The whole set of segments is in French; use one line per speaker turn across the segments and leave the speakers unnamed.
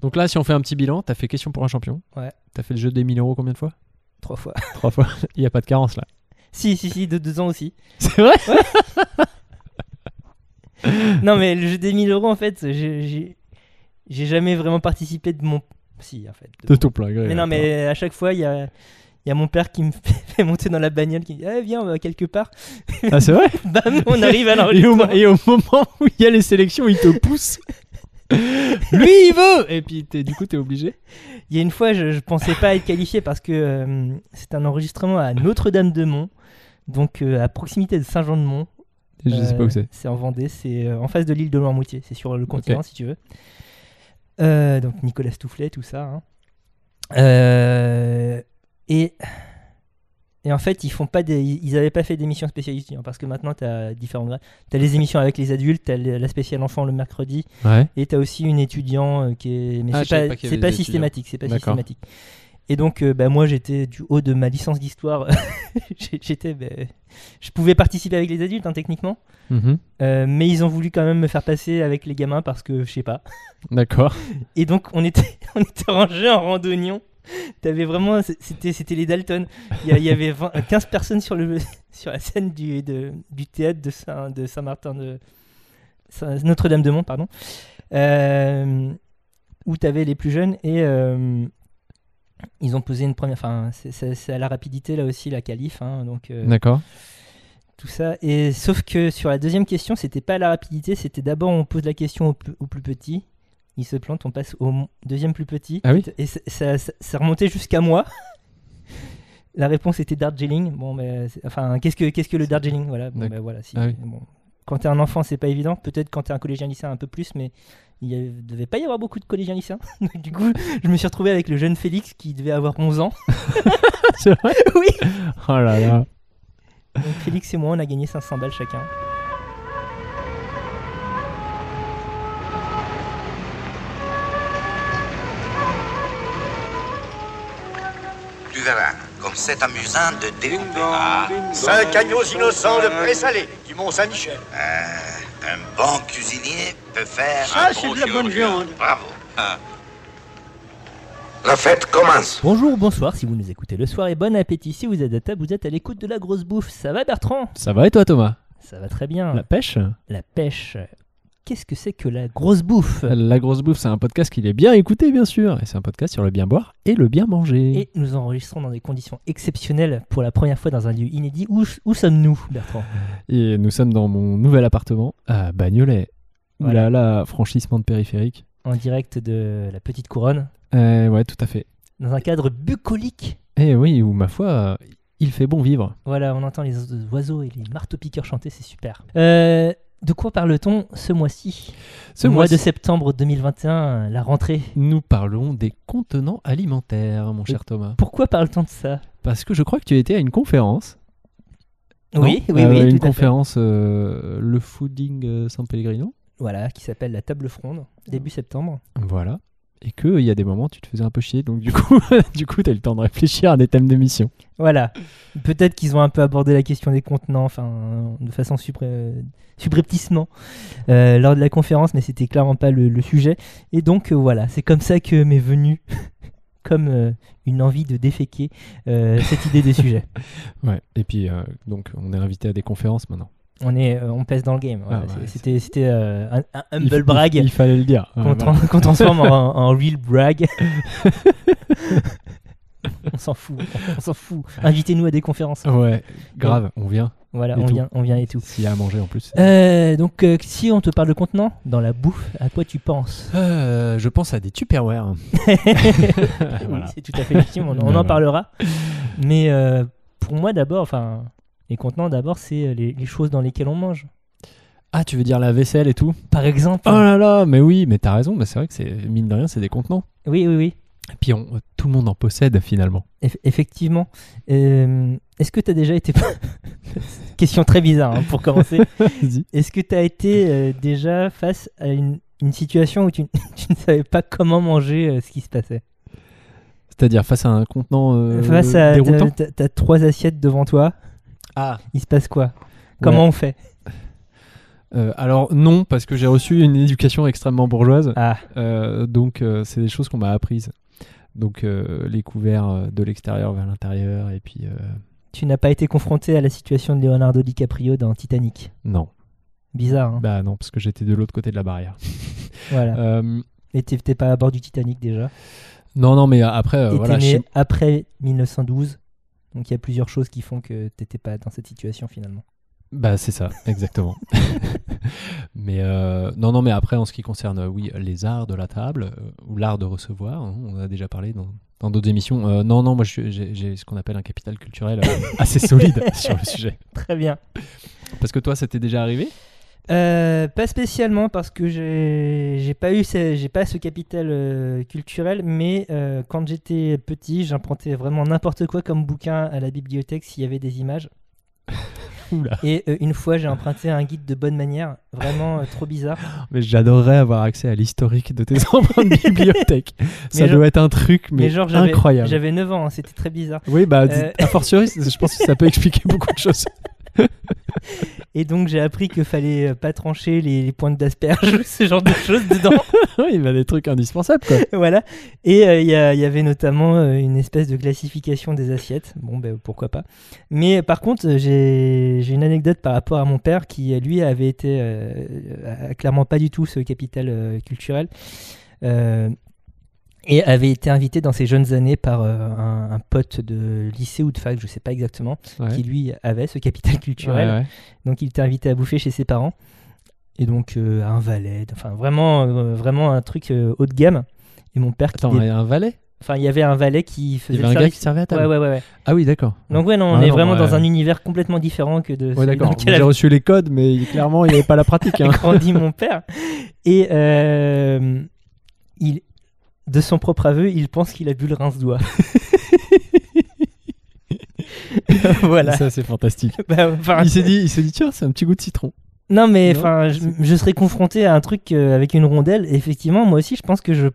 Donc là, si on fait un petit bilan, t'as fait question pour un champion.
Ouais.
T'as fait le jeu des 1000 euros combien de fois
Trois fois.
Trois fois. Il n'y a pas de carence là.
si, si, si, de deux ans aussi.
C'est vrai
Non, mais le jeu des 1000 euros, en fait, j'ai- j'ai j'ai jamais vraiment participé de mon. Si, en fait. de
De
mon-
tout plein gré.
Mais non, mais à chaque fois, il y a, il y a mon père qui me fait monter dans la bagnole, qui me dit Eh, Viens, on va quelque part.
Ah, c'est vrai
Bam, on arrive
et,
à
au,
l'enregistrement.
et au moment où il y a les sélections, il te pousse. Lui, il veut Et puis, t'es- du coup, t'es obligé.
Il y a une fois, je, je pensais pas être qualifié parce que euh, c'est un enregistrement à Notre-Dame-de-Mont, donc euh, à proximité de Saint-Jean-de-Mont.
Je sais pas
Euh,
où c'est.
en Vendée, c'est euh, en face de l'île de Noirmoutier, c'est sur le continent si tu veux. Euh, donc Nicolas Toufflet, tout ça. hein. Euh, et, et en fait, ils font pas des, ils avaient pas fait d'émissions spécialisées hein, parce que maintenant tu as différents grades. Tu as les émissions avec les adultes, tu as la spéciale enfant le mercredi
Ouais.
et tu as aussi une étudiant euh, qui est mais
Ah, je savais
c'est
pas
pas,
qu'il y
c'est
avait
pas
des étudiants.
systématique, c'est pas
D'accord.
systématique. Et donc euh, bah, moi j'étais du haut de ma licence d'histoire, J'ai- j'étais bah, je pouvais participer avec les adultes hein, techniquement.
Mm-hmm.
Euh, mais ils ont voulu quand même me faire passer avec les gamins parce que je sais pas.
D'accord.
Et donc on était, on était rangés en randonnion. T'avais vraiment, c'était, c'était les Dalton. Il y, a- il y avait 20 15 personnes sur, le, sur la scène du, de- du théâtre de, Saint, de Saint-Martin de Saint- Notre-Dame-de-Mont, pardon, euh, où t'avais les plus jeunes et euh, ils ont posé une première. Enfin, c'est, c'est- c'est à la rapidité là aussi la qualif, hein, donc euh,
D'accord.
tout ça. Et sauf que sur la deuxième question, c'était pas la rapidité, c'était d'abord on pose la question au, plus- au plus petit, il se plante, on passe au mo- deuxième plus petit.
Ah oui
Et ça, ça- ça- ça remontait jusqu'à moi. la réponse était Darjeeling. Bon, mais c'est- enfin, qu'est-ce que qu'est-ce que le Darjeeling Voilà. Bon,
D'accord.
ben voilà. Si,
Ah oui.
bon. Quand t'es un enfant, c'est pas évident. Peut-être quand t'es un collégien lycéen un peu plus, mais il y avait- devait pas y avoir beaucoup de collégiens lycéens. Donc, du coup, je me suis retrouvé avec le jeune Félix qui devait avoir 11 ans.
C'est vrai
Oui.
Oh là là.
Donc, Félix et moi, on a gagné 500 balles chacun.
Tu verras, comme c'est amusant de découper ah,
Cinq agneaux innocents de présalé du Mont-Saint-Michel.
un bon cuisinier peut faire
Ah,
un
c'est
bon
de la bonne
chirurgien.
viande.
Bravo. Ah. La fête commence.
Bonjour ou bonsoir si vous nous écoutez le soir et bon appétit si vous êtes à table, vous êtes à l'écoute de la grosse bouffe. Ça va Bertrand
Ça va et toi, Thomas
Ça va très bien.
La
La,
pêche
pêche. Qu'est-ce que c'est que la grosse bouffe
La grosse bouffe, c'est un podcast qu'il est bien écouté, bien sûr. Et c'est un podcast sur le bien boire et le bien manger.
Et nous enregistrons dans des conditions exceptionnelles pour la première fois dans un lieu inédit. Où, où sommes-nous Bertrand
Et nous sommes dans mon nouvel appartement à Bagnolet. Ouh là là, franchissement de périphérique.
En direct de la Petite Couronne,
Euh, ouais, tout à fait.
dans un cadre bucolique.
Eh oui, où ma foi, euh, il fait bon vivre.
Voilà, on entend les oiseaux et les marteaux-piqueurs chanter, c'est super. Euh, de quoi parle-t-on ce mois-ci
Ce
mois
mois-ci,
de septembre 2021, la rentrée.
nous parlons des contenants alimentaires, mon cher Thomas.
Pourquoi parle-t-on de ça
Parce que je crois que tu étais à une conférence. non Euh, Une
tout à fait.
conférence, euh, le Fooding euh, San Pellegrino.
Voilà, qui s'appelle la table fronde, début septembre.
Voilà. Et que il y a des moments, tu te faisais un peu chier. Donc, du coup, du coup, t'as eu le temps de réfléchir à des thèmes d'émission.
Voilà. Peut-être qu'ils ont un peu abordé la question des contenants, enfin, de façon subré- subrepticement euh, lors de la conférence, mais c'était clairement pas le, le sujet. Et donc, euh, voilà, c'est comme ça que m'est venue, comme euh, une envie de déféquer, euh, cette idée des sujets.
Ouais. Et puis, euh, donc, on est invité à des conférences maintenant.
On, est, euh, on pèse dans le game.
Ah
voilà.
ouais,
C'est-
c'est-
c'était c'était, euh, un, un
Il fa-
humble
il-
brag.
Il, fallait le dire. Ouais,
qu'on
voilà.
tran- qu'on transforme en, en real brag. on s'en fout, on s'en fout. Invitez-nous à des conférences.
Ouais, grave, on vient.
Voilà,
Et
on
tout.
vient, on vient et tout.
S'il y a à manger en plus.
Euh, donc, euh, si on te parle de contenant dans la bouffe, à quoi tu penses
Euh, je pense à des Tupperware. Ah,
Oui, c'est tout à fait légitime, on, on en
Voilà.
parlera. Mais euh, pour moi, d'abord, enfin, les contenants, d'abord, c'est euh, les, les choses dans lesquelles on mange.
Ah, tu veux dire la vaisselle et tout
Par exemple,
Oh là là, mais oui, mais t'as raison, mais c'est vrai que c'est mine de rien, c'est des contenants.
oui, oui, oui,
Et puis on, tout le monde en possède finalement.
eff- effectivement. Euh, Est-ce que tu as déjà été. Question très bizarre hein, pour commencer.
Vas-y.
Est-ce que tu as été euh, déjà face à une, une situation où tu, tu ne savais pas comment manger euh, ce qui se passait
C'est-à-dire face à un contenant euh,
Face à.
déroutant.
t'as- T'as trois assiettes devant toi,
Ah,
il se passe quoi Comment on fait
Euh, alors non, parce que j'ai reçu une éducation extrêmement bourgeoise,
Ah,
Euh, donc euh, c'est des choses qu'on m'a apprises. Donc euh, les couverts euh, de l'extérieur vers l'intérieur, et puis euh,
tu n'as pas été confronté à la situation de Leonardo DiCaprio dans Titanic.
non,
Bizarre, hein
bah non, parce que j'étais de l'autre côté de la barrière.
Voilà.
Euh,
Et t'es t'es pas à bord du Titanic déjà.
non, non, mais après, euh,
Et
voilà,
t'es né
chez-
après 1912. Donc il y a plusieurs choses qui font que t'étais pas dans cette situation finalement.
Bah c'est ça, exactement. mais euh, non, non, mais après en ce qui concerne, euh, oui, les arts de la table euh, ou l'art de recevoir, hein, on en a déjà parlé dans dans d'autres émissions. Euh, non, non, moi je- j'ai j'ai ce qu'on appelle un capital culturel euh, assez solide sur le sujet.
Très bien.
Parce que toi, ça t'est déjà arrivé
Euh, pas spécialement parce que j'ai j'ai pas eu ce, j'ai pas ce capital euh, culturel, mais euh, quand j'étais petit, j'empruntais vraiment n'importe quoi comme bouquin à la bibliothèque s'il y avait des images.
Oula.
Et euh, une fois, j'ai emprunté un guide de bonne manière, vraiment euh, trop bizarre.
Mais j'adorerais avoir accès à l'historique de tes empreintes bibliothèque. Ça
Mais genre-
doit être un truc mais,
Mais genre j'avais-
incroyable.
J'avais 9 ans, hein, c'était très bizarre.
Oui, bah
Euh.
a fortiori, je pense que ça peut expliquer beaucoup de choses.
Et donc j'ai appris qu'il fallait euh, pas trancher les, les pointes d'asperge, ou ce genre de choses dedans.
Oui, Il a des trucs indispensables quoi.
voilà. Et euh, il y, a- il y avait notamment euh, une espèce de classification des assiettes. Bon, ben pourquoi pas. Mais euh, par contre, euh, j'ai j'ai une anecdote par rapport à mon père qui, euh, lui, avait été euh, a clairement pas du tout ce capital euh, culturel. Euh, et avait été invité dans ses jeunes années par euh, un, un pote de lycée ou de fac, je sais pas exactement,
Ouais.
qui lui avait ce capital culturel.
Ouais, ouais.
Donc il était invité à bouffer chez ses parents. Et donc euh, un valet, enfin vraiment, euh, vraiment un truc euh, haut de gamme. Et mon père, qui
Attends,
dé-
un valet
enfin il y avait un valet qui
Il y
faisait le
avait un gars qui
service.
servait à table.
ouais, ouais, ouais, ouais.
Ah oui, d'accord.
Donc ouais, non, on
Ah
est
non,
vraiment
ouais.
dans un univers complètement différent que de
Ouais,
celui dans
d'accord.
lequel
J'ai reçu les codes, mais il- clairement, il n'y avait pas la pratique.
a
hein.
grandi mon père. Et euh, il, de son propre aveu, il pense qu'il a bu le rince-doigt. voilà.
Ça, c'est fantastique.
Bah, enfin,
Il s'est dit, il s'est dit, tiens, c'est un petit goût de citron.
Non, mais
Non,
enfin, je,
c'est-
je serais confronté à un truc euh, avec une rondelle. Et effectivement, moi aussi, je pense que je.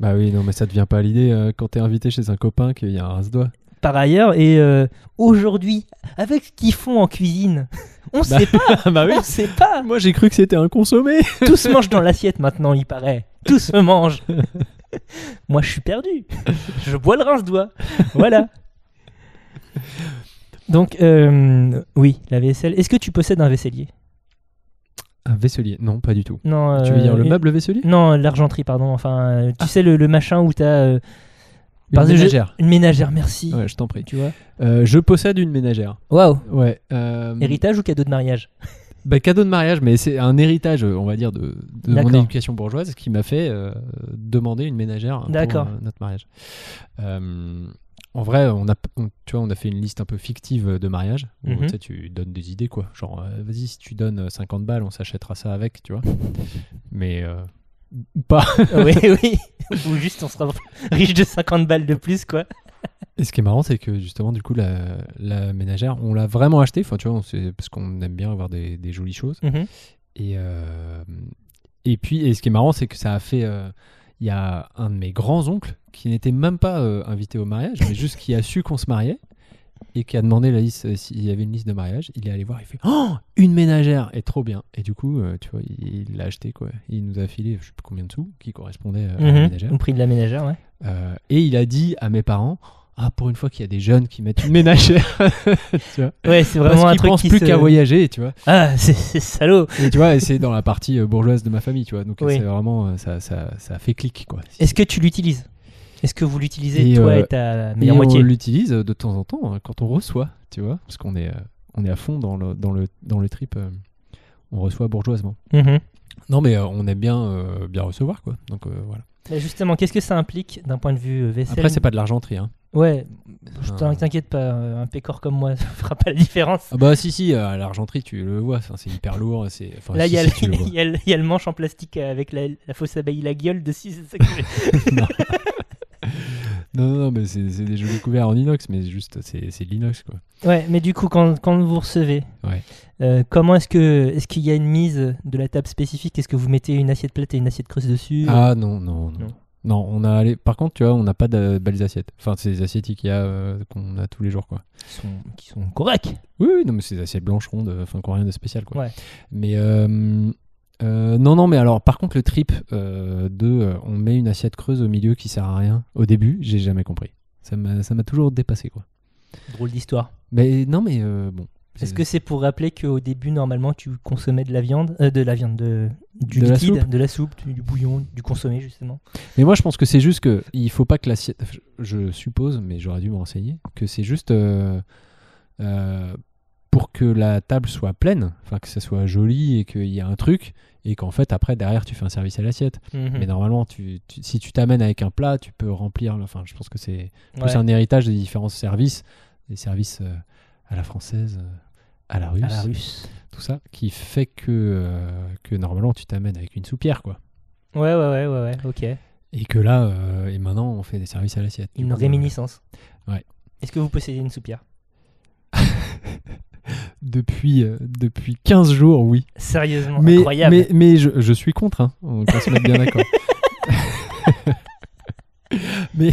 Bah oui, non, mais ça te vient pas à l'idée euh, quand t'es invité chez un copain qu'il y a un rince-doigt.
Par ailleurs, et euh, aujourd'hui, avec ce qu'ils font en cuisine, on
Bah,
sait pas,
bah oui.
on sait pas.
Moi, j'ai cru que c'était un consommé.
Tout se mange dans l'assiette maintenant, il paraît. Tout se mange. moi, je suis perdu. Je bois le rince-doigt. Voilà. Donc, euh, oui, la vaisselle. Est-ce que tu possèdes un vaisselier
Un vaisselier Non, pas du tout.
Non.
tu veux
euh,
dire le
une-
meuble Ah. vaisselier
Non, l'argenterie, pardon. Enfin, euh, tu sais, le, le machin où t'as. euh,
Une
parce que je-
ménagère.
Une ménagère, merci.
Ouais, je t'en prie.
Tu vois
Euh, je possède une ménagère.
Waouh
Ouais. euh,
Héritage ou cadeau de mariage
bah, cadeau de mariage, mais c'est un héritage, euh, on va dire, de, de mon
D'accord.
éducation bourgeoise qui m'a fait euh, demander une ménagère pour
D'accord.
euh, notre mariage. Euh, en vrai, on a, on- tu vois, on a fait une liste un peu fictive de mariage. Où,
Mhm.
Tu sais, tu donnes des idées, quoi. Genre, euh, vas-y, si tu donnes euh, 50 balles, on s'achètera ça avec, tu vois. mais euh, pas.
Ah Oui, oui. ou juste on sera riche de 50 balles de plus, quoi.
Et ce qui est marrant, c'est que justement, du coup, la, la ménagère, on l'a vraiment achetée. Enfin, tu vois, on sait- parce qu'on aime bien avoir des- des jolies choses. Et, euh, et puis, et ce qui est marrant, c'est que ça a fait. euh, Il y a un de mes grands-oncles qui n'était même pas euh, invité au mariage, mais juste qui a su qu'on se mariait et qui a demandé la liste euh, s'il y avait une liste de mariage. Il est allé voir, il fait Oh Une ménagère Et trop bien Et du coup, euh, tu vois, il il l'a acheté, quoi. Il nous a filé, je sais plus combien de sous, qui correspondait euh, à
Mhm.
la ménagère.
Au Mm-hmm. prix de la ménagère, ouais.
Euh, et il a dit à mes parents Ah, pour une fois qu'il y a des jeunes qui mettent une ménagère Tu vois
Ouais, c'est
Parce
vraiment un
qu'ils
truc
pensent
qui
plus
se-
qu'à voyager, tu vois.
Ah, c'est- c'est salaud
Et tu vois, et c'est dans la partie euh, bourgeoise de ma famille, tu vois. Donc euh,
Oui.
c'est vraiment, euh, ça, ça, ça fait clic, quoi.
Est-ce que tu l'utilises Est-ce que vous l'utilisez,
Et,
toi
euh,
et ta
Mais
meilleure
on
moitié
l'utilise euh, de temps en temps hein, quand on reçoit, tu vois, parce qu'on est, euh, on est à fond dans le, dans le, dans le trip. euh, on reçoit bourgeoisement.
Mhm.
Non, mais euh, on aime bien, euh, bien recevoir, quoi. Donc euh, voilà.
Mais Bah, Justement, qu'est-ce que ça implique d'un point de vue euh, vaisselle
Après, c'est pas Ah. de l'argenterie, hein.
Ouais, je
Un-
t'in- t'inquiète pas, euh, un pécor comme moi ça fera pas la différence.
Ah bah si, si, euh, à l'argenterie, tu le vois. Enfin, c'est hyper lourd. C'est. Enfin,
Là, il
Bah, si,
y, a
si,
le-
tu le vois.
il y a le- il y a le manche en plastique avec la, la fausse abeille, la gueule dessus, c'est ça que j'ai-
Non, non, non, mais c'est c'est des jolis couverts en inox, mais juste, c'est c'est de l'inox, quoi.
Ouais, mais du coup, quand, quand vous recevez,
Ouais.
euh, comment est-ce que est-ce qu'il y a une mise de la table spécifique Est-ce que vous mettez une assiette plate et une assiette creuse dessus
Ah non, non, non.
Euh, Non.
Non, Non, on a allé. Par contre, tu vois, on n'a pas de belles assiettes. Enfin, c'est des assiettes IKEA euh, qu'on a tous les jours, quoi.
qui sont, qui sont corrects.
Oui, oui, non, mais c'est des assiettes blanches rondes, euh, enfin, qui n'ont rien de spécial, quoi.
Ouais.
Mais euh, euh, non, non, mais alors, par contre, le trip euh, de euh, on met une assiette creuse au milieu qui sert à rien. Au début, j'ai jamais compris. Ça m'a ça m'a toujours dépassé, quoi.
Drôle d'histoire.
Mais non, mais euh, bon.
Est-ce que c'est pour rappeler qu'au début, normalement, tu consommais de la viande, euh, de la viande, de, du
De la
liquide,
soupe.
de la soupe, du, du bouillon, du consommé, justement
Mais moi, je pense que c'est juste que il faut pas que l'assiette. Je suppose, mais j'aurais dû me renseigner, que c'est juste euh, euh, pour que la table soit pleine, enfin que ça soit joli et qu'il y ait un truc, et qu'en fait après derrière tu fais un service à l'assiette.
Hmm. Mhm.
Mais normalement, tu, tu- si tu t'amènes avec un plat, tu peux remplir. Enfin, je pense que c'est plus
Ouais.
un héritage des différents services, des services euh, à la française, euh, à la russe,
À la russe.
tout ça, qui fait que euh, que normalement tu t'amènes avec une soupière, quoi.
Ouais, ouais, ouais, ouais, ouais, ok.
Et que là, euh, et maintenant, on fait des services à l'assiette. Du
Une
coup, euh,
réminiscence.
ouais.
Est-ce que vous possédez une soupière
depuis, euh, depuis 15 jours, oui.
Sérieusement,
mais,
Oh, incroyable.
Mais, mais je, je suis contre, hein. on va se mettre bien d'accord. mais,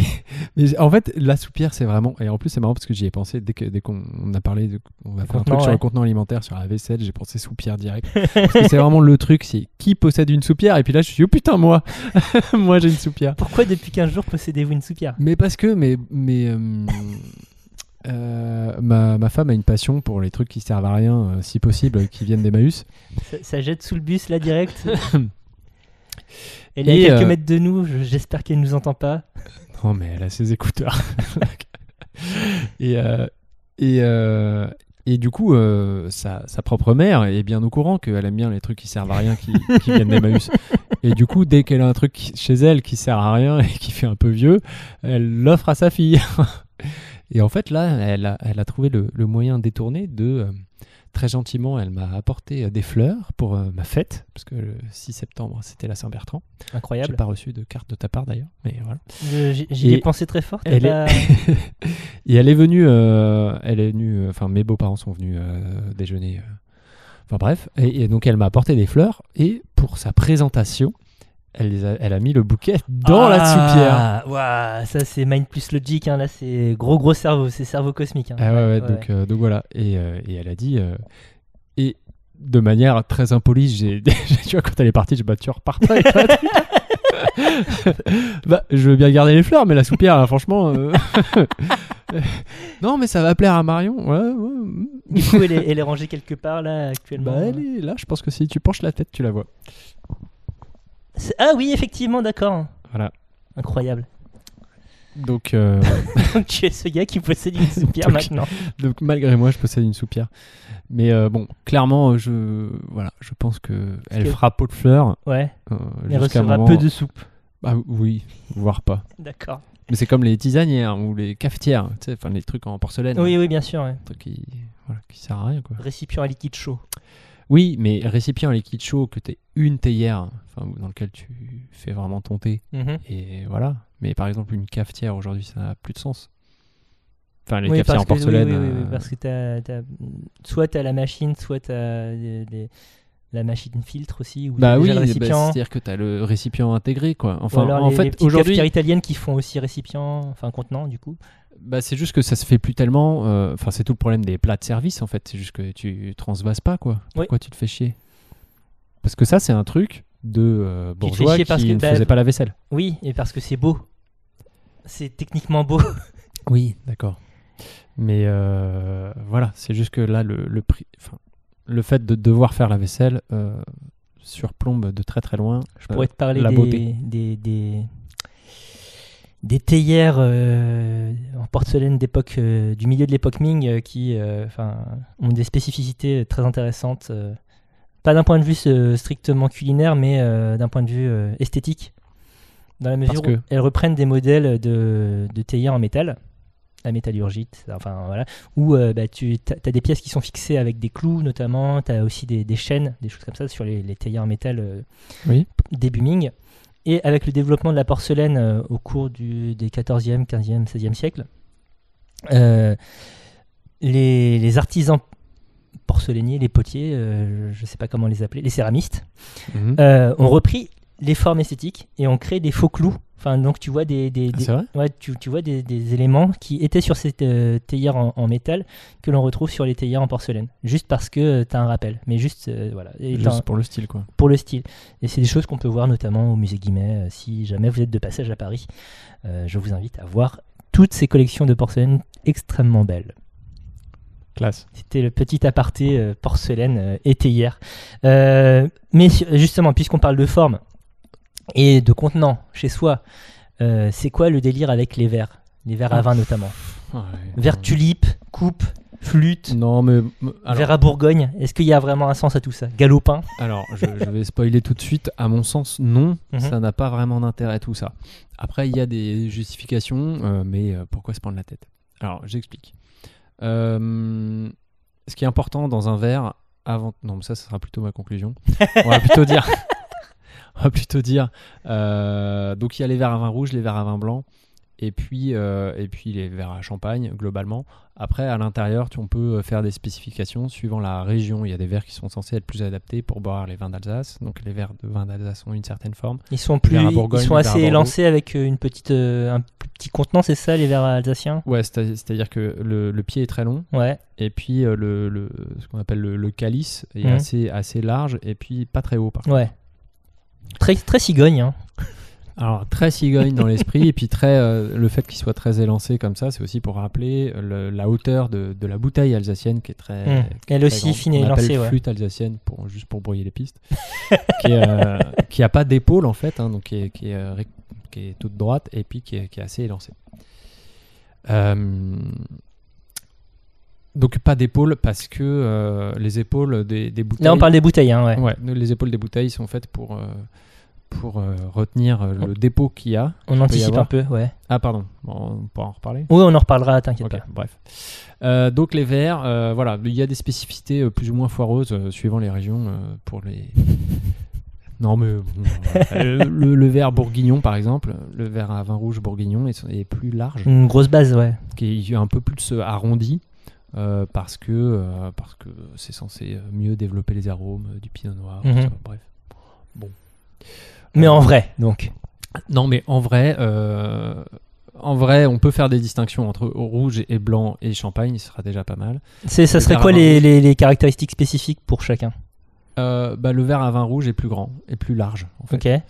mais en fait, la soupière, c'est vraiment. Et en plus, c'est marrant parce que j'y ai pensé dès qu'on dès qu'on on a parlé, de, on va faire un
contenant,
truc sur
ouais.
le contenant alimentaire, sur la vaisselle, j'ai pensé soupière direct. parce que c'est vraiment le truc, c'est qui possède une soupière Et puis là, je suis, oh putain, moi Moi, j'ai une soupière.
Pourquoi depuis 15 jours possédez-vous une soupière
Mais parce que, mais, mais euh, euh, ma, ma femme a une passion pour les trucs qui servent à rien, euh, si possible, qui viennent d'Emmaüs.
ça, ça jette sous le bus, là, direct. Elle
Et,
est à quelques
euh,
mètres de nous, je- j'espère qu'elle nous entend pas.
Non, Oh, mais elle a ses écouteurs. et, euh, et, euh, et du coup, euh, sa, sa propre mère est bien au courant qu'elle aime bien les trucs qui servent à rien qui, qui viennent d'Emmaüs. Et du coup, dès qu'elle a un truc qui- chez elle qui sert à rien et qui fait un peu vieux, elle l'offre à sa fille. et en fait, là, elle a, elle a trouvé le, le moyen détourné de. euh, Très gentiment, elle m'a apporté euh, des fleurs pour euh, ma fête, parce que le 6 septembre, c'était la Saint-Bertrand. J'ai
Incroyable.
pas reçu de carte de ta part d'ailleurs, mais voilà.
Je- j'ai- J'y
Et
ai pensé très fort. t'as
elle est-
pas-
Et elle est venue, euh, elle est venue, euh, enfin mes beaux-parents sont venus euh, déjeuner. euh. Enfin bref, et, et donc elle m'a apporté des fleurs et pour sa présentation, elle, les a, elle a mis le bouquet dans la soupière.
Ah, ouah, ça c'est Mind plus logique, hein, là c'est gros gros cerveau, c'est cerveau cosmique. hein.
Ah ouais, ouais,
Ouais,
donc, euh, donc voilà. Et, euh, et elle a dit, euh, et de manière très impolie, j'ai, tu vois, quand elle est partie, j'ai bah tu repars pas. avec toi, truc. bah, je veux bien garder les fleurs, mais la soupière, là, franchement. euh, non, mais ça va plaire à Marion. Ouais, ouais. mm.
Du coup, elle est, elle est rangée quelque part là actuellement.
Bah, elle est là, je pense que si tu penches la tête, tu la vois.
C'est- Ah oui, effectivement, d'accord.
Voilà.
Incroyable.
Donc, euh,
Donc tu es ce gars qui possède une soupière
Donc-
maintenant.
donc malgré moi, je possède une soupière. Mais euh, bon, clairement, euh, je, voilà, je pense que elle
que-
fera peau de fleurs
Ouais,
euh,
elle
jusqu'à un
recevra
moment.
peu de soupe.
Ah oui, voire pas.
D'accord.
Mais c'est comme les tisanières ou les cafetières, tu sais, enfin les trucs en porcelaine,
Oui, oui, bien sûr. ouais.
les trucs qui, voilà, qui servent à rien quoi.
Récipient à liquide chaud.
Oui, mais récipient en liquide chaud que t'es une théière, enfin dans lequel tu fais vraiment ton thé.
Mm-hmm.
Et voilà. Mais par exemple, une cafetière aujourd'hui, ça n'a plus de sens. Enfin, les
Oui,
cafetières en
parce que- oui,
porcelaine.
oui, oui, oui,
euh,
parce que t'as, t'as- soit t'as la machine, soit t'as les- les- la machine filtre aussi, ou
Bah oui,
déjà le
bah,
récipient.
c'est-à-dire que tu as le récipient italiens quoi.
Ou
Enfin,
alors
en
les, les
fait,
petites
aujourd'hui,
cafetières italiennes qui font aussi récipient, enfin contenant du coup.
bah, c'est juste que ça se fait plus tellement. euh, Enfin, c'est tout le problème des plats de service, en fait. C'est juste que tu transvases pas, quoi. Pourquoi tu te fais chier Parce que ça, c'est un truc de euh,
te fais
bourgeois
chier
qui
parce que,
ne
bah,
faisait pas la vaisselle.
Oui, et parce que c'est beau. C'est techniquement beau.
Oui, d'accord. Mais euh, voilà, c'est juste que là, le, le prix, enfin, le fait de devoir faire la vaisselle euh, surplombe de très très loin.
Je pourrais te parler
Euh, la
des,
beauté.
des, des, des théières euh, en porcelaine d'époque euh, du milieu de l'époque Ming euh, qui euh, enfin, ont des spécificités très intéressantes. euh, pas d'un point de vue euh, strictement culinaire, mais euh, d'un point de vue euh, esthétique. Dans la mesure
Parce que-
où elles reprennent des modèles de, de théières en métal, la métallurgie, t- enfin voilà, où euh, bah, tu as des pièces qui sont fixées avec des clous notamment, tu as aussi des, des chaînes, des choses comme ça sur les, les théières en métal euh, début Ming. Et avec le développement de la porcelaine euh, au cours du, des 14e, 15e, 16e siècle, euh, les, les artisans porcelainiers, les potiers, euh, je ne sais pas comment les appeler, les céramistes,
Mhm.
euh, ont repris les formes esthétiques et on crée des faux clous. Enfin, donc tu vois des, des,
Ah,
des-
c'est vrai
ouais, tu, tu vois des, des éléments qui étaient sur cette euh, théière en, en métal que l'on retrouve sur les théières en porcelaine, juste parce que tu as un rappel, mais juste euh, voilà, et t'as un-
Juste pour le style, quoi.
pour le style. Et c'est des choses qu'on peut voir notamment au musée Guimet. euh, Si jamais vous êtes de passage à Paris, euh, je vous invite à voir toutes ces collections de porcelaine extrêmement belles.
Classe.
C'était le petit aparté euh, porcelaine euh, étayère. Euh, mais su- justement, puisqu'on parle de forme et de contenant chez soi, euh, c'est quoi le délire avec les verres Les verres à vin notamment. Verre tulipe, coupe, flûte,
Non, mais. m- Alors,
verre à Bourgogne. Est-ce qu'il y a vraiment un sens à tout ça Galopin
alors, je, je vais spoiler tout de suite. À mon sens, non,
Mhm.
ça n'a pas vraiment d'intérêt tout ça. Après, il y a des justifications, euh, mais euh, pourquoi se prendre la tête Alors, j'explique. Euh, ce qui est important dans un verre, avant. Non, mais ça, ça sera plutôt ma conclusion. On va plutôt dire. On va plutôt dire. euh, donc, il y a les verres à vin rouge, les verres à vin blanc, et puis, euh, et puis les verres à champagne, globalement. Après, à l'intérieur, tu- on peut euh, faire des spécifications suivant la région. Il y a des verres qui sont censés être plus adaptés pour boire les vins d'Alsace. Donc, les verres de vin d'Alsace ont une certaine forme.
Ils sont plus,
Vers à
ils
Bourgogne,
sont
vers à
assez
Bordeaux.
élancés avec euh, une petite, euh, un plus petit contenant, c'est ça les verres alsaciens
Ouais, c'est- c'est-à-dire que le, le pied est très long
Ouais.
et puis euh, le, le- ce qu'on appelle le, le calice est
Mhm.
assez, assez large et puis pas très haut par contre.
Ouais. Très, très cigogne. hein.
Alors très cigogne dans l'esprit et puis très euh, le fait qu'il soit très élancé comme ça, c'est aussi pour rappeler euh, le- la hauteur de, de la bouteille alsacienne qui est très,
Mm.
qui est
Elle
Euh, très
aussi
grande.
fine et
On appelle
élancée, ouais.
flûte alsacienne pour juste pour brouiller les pistes, qui, est, euh, qui a pas d'épaule en fait, hein, donc qui est, qui est, euh, rec- qui est toute droite et puis qui est, qui est assez élancée. Euh, donc pas d'épaule parce que euh, les épaules des, des bouteilles.
Là, on parle des bouteilles, hein, ouais.
Ouais, nous, les épaules des bouteilles sont faites pour, euh, pour euh, retenir euh, le dépôt qu'il y a.
On
peut y
anticipe
avoir.
un peu, ouais.
Ah, pardon, Bon, on pourra en reparler.
Oui, on en reparlera, t'inquiète
Ok,
pas.
bref. Euh, donc les verres, euh, voilà, il y a des spécificités euh, plus ou moins foireuses euh, suivant les régions euh, pour les. Non mais bon, euh, le, le verre bourguignon par exemple, le verre à vin rouge bourguignon est, est plus large,
Une grosse base, ouais.
qui est un peu plus arrondi euh, parce que euh, parce que c'est censé euh, mieux développer les arômes euh, du pinot noir. tout
Mhm.
ça, bref. Euh,
Mais en vrai, donc.
Non, mais en vrai, euh, en vrai, on peut faire des distinctions entre rouge et blanc et champagne, ce sera déjà pas mal.
C'est, ça
Les
serait
verres
quoi
à vin
les, les- les caractéristiques spécifiques pour chacun
Euh, bah, le verre à vin rouge est plus grand et plus large, en fait.
Ok.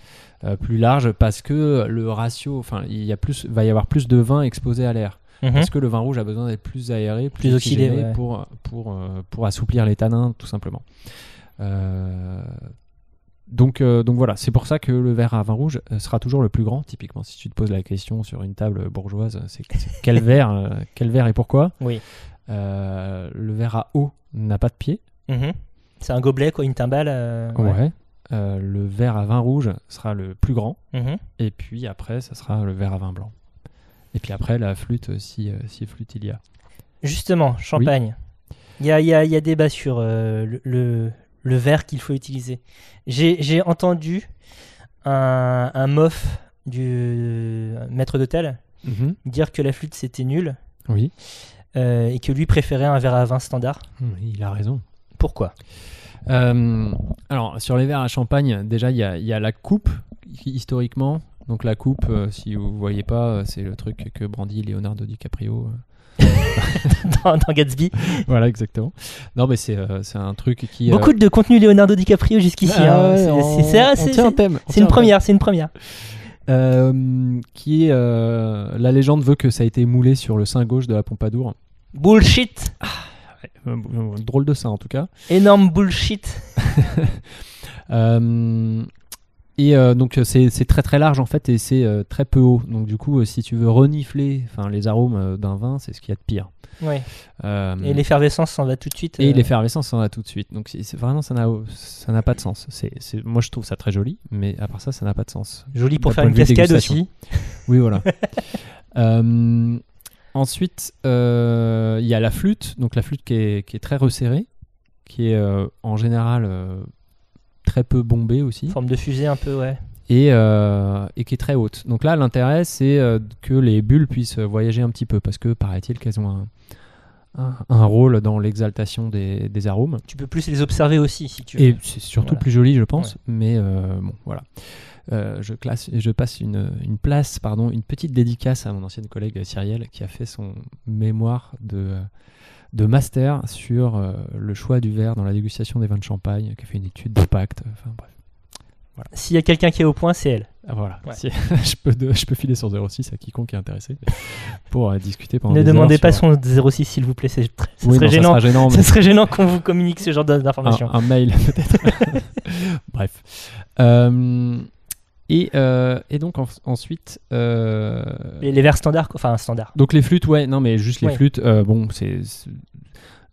Euh, plus large parce que le ratio, enfin, il y a plus, va y avoir plus de vin exposé à l'air.
Mhm.
Parce que le vin rouge a besoin d'être plus aéré, plus,
Plus oxydé,
oxygéné
ouais.
pour, pour, euh, pour assouplir les tanins, tout simplement. Euh, donc, euh, donc voilà, c'est pour ça que le verre à vin rouge euh, sera toujours le plus grand, typiquement. Si tu te poses la question sur une table bourgeoise, euh, c'est c'est quel verre, euh, quel verre et pourquoi
Oui.
Euh, Le verre à eau n'a pas de pied.
Mhm. C'est un gobelet, quoi, une timbale. euh,
Ouais.
ouais.
Euh, le verre à vin rouge sera le plus grand.
Mhm.
Et puis après, ça sera le verre à vin blanc. Et puis après, la flûte, euh, si, euh, si flûte il y a.
Justement, champagne. Il y, a, il y a- il y a débat sur euh, le, le, le verre qu'il faut utiliser. J'ai j'ai entendu un, un mof du euh, maître d'hôtel dire que la flûte c'était nul
Oui.
euh, et que lui préférait un verre à vin standard.
Mmh, Il a raison.
Pourquoi
Euh, alors, sur les verres à champagne, déjà, il y a, il y a la coupe, hi- historiquement. Donc, la coupe, euh, si vous voyez pas, euh, c'est le truc que brandit Leonardo DiCaprio. euh.
dans, dans Gatsby
voilà, exactement. Non, mais c'est euh, c'est un truc qui. euh,
Beaucoup de contenu Leonardo DiCaprio jusqu'ici.
ah
hein.
ouais,
C'est-
on-
c'est- c'est-
on
c'est-
tient un thème, on tient un
c'est une
thème.
première, c'est une première.
Euh, qui est. euh, la légende veut que ça a été moulé sur le sein gauche de la Pompadour.
Bullshit,
Euh, Drôle de ça, en tout cas.
énorme bullshit.
Euh, et euh, donc euh, c'est c'est très très large en fait et c'est euh, très peu haut. Donc du coup, euh, si tu veux renifler enfin, les arômes euh, d'un vin, c'est ce qu'il y a de pire.
Ouais.
Euh,
Et l'effervescence s'en va tout de suite.
et
euh,
l'effervescence, on a tout de suite. Donc c'est c'est- vraiment, ça n'a ça n'a pas de sens. c'est c'est- moi, je trouve ça très joli, mais à part ça, ça n'a pas de sens.
Joli pour
d'un
faire
point
une
de vue
cascade
dégustation.
aussi.
Oui, voilà. Euh, ensuite, euh, il y a la flûte, donc la flûte qui est, qui est très resserrée, qui est euh, en général euh, très peu bombée aussi.
Forme de fusée un peu, ouais.
et, euh, et qui est très haute. Donc là, l'intérêt, c'est euh, que les bulles puissent voyager un petit peu, parce que paraît-il qu'elles ont un, un, un rôle dans l'exaltation des, des arômes.
Tu peux plus les observer aussi, si tu veux.
Et c'est surtout
Voilà.
plus joli, je pense. Mais euh, bon, voilà. Euh, je classe, je passe une, une place, pardon, une petite dédicace à mon ancienne collègue Cyrielle qui a fait son mémoire de de master sur euh, le choix du verre dans la dégustation des vins de champagne, qui a fait une étude d'impact. Enfin bref,
S'il y a quelqu'un qui est au point, c'est elle.
Ah, voilà.
Ouais.
Si- je peux de- je peux filer sur 06 à quiconque est intéressé pour euh, discuter pendant.
ne
des
demandez
heures
pas
sur-
son 06, s'il vous plaît. C'est tr- ça
Oui,
serait
non, ça sera
gênant.
Ah, gênant, mais-
Ça serait gênant qu'on vous communique ce genre d'informations.
un, un mail peut-être. Bref. Euh, et, euh, et donc en- ensuite. euh,
Les, les verres standards, quoi. enfin standard.
donc les flûtes, ouais, non mais juste les
Ouais.
flûtes, euh, bon, c'est. c'est-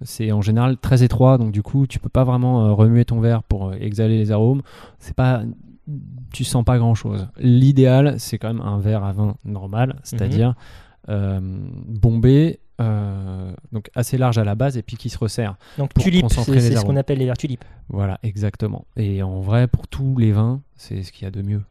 C'est en général très étroit, donc du coup, tu peux pas vraiment euh, remuer ton verre pour euh, exhaler les arômes. C'est pas, tu sens pas grand chose. L'idéal, c'est quand même un verre à vin normal, c'est-à-dire euh, bombé, euh, donc assez large à la base et puis qui se resserre.
Donc
Pour
tulipe,
concentrer
c'est
les
c'est ce
arômes.
qu'on appelle les verres tulipes.
Voilà, exactement. Et en vrai, pour tous les vins, c'est ce qu'il y a de mieux.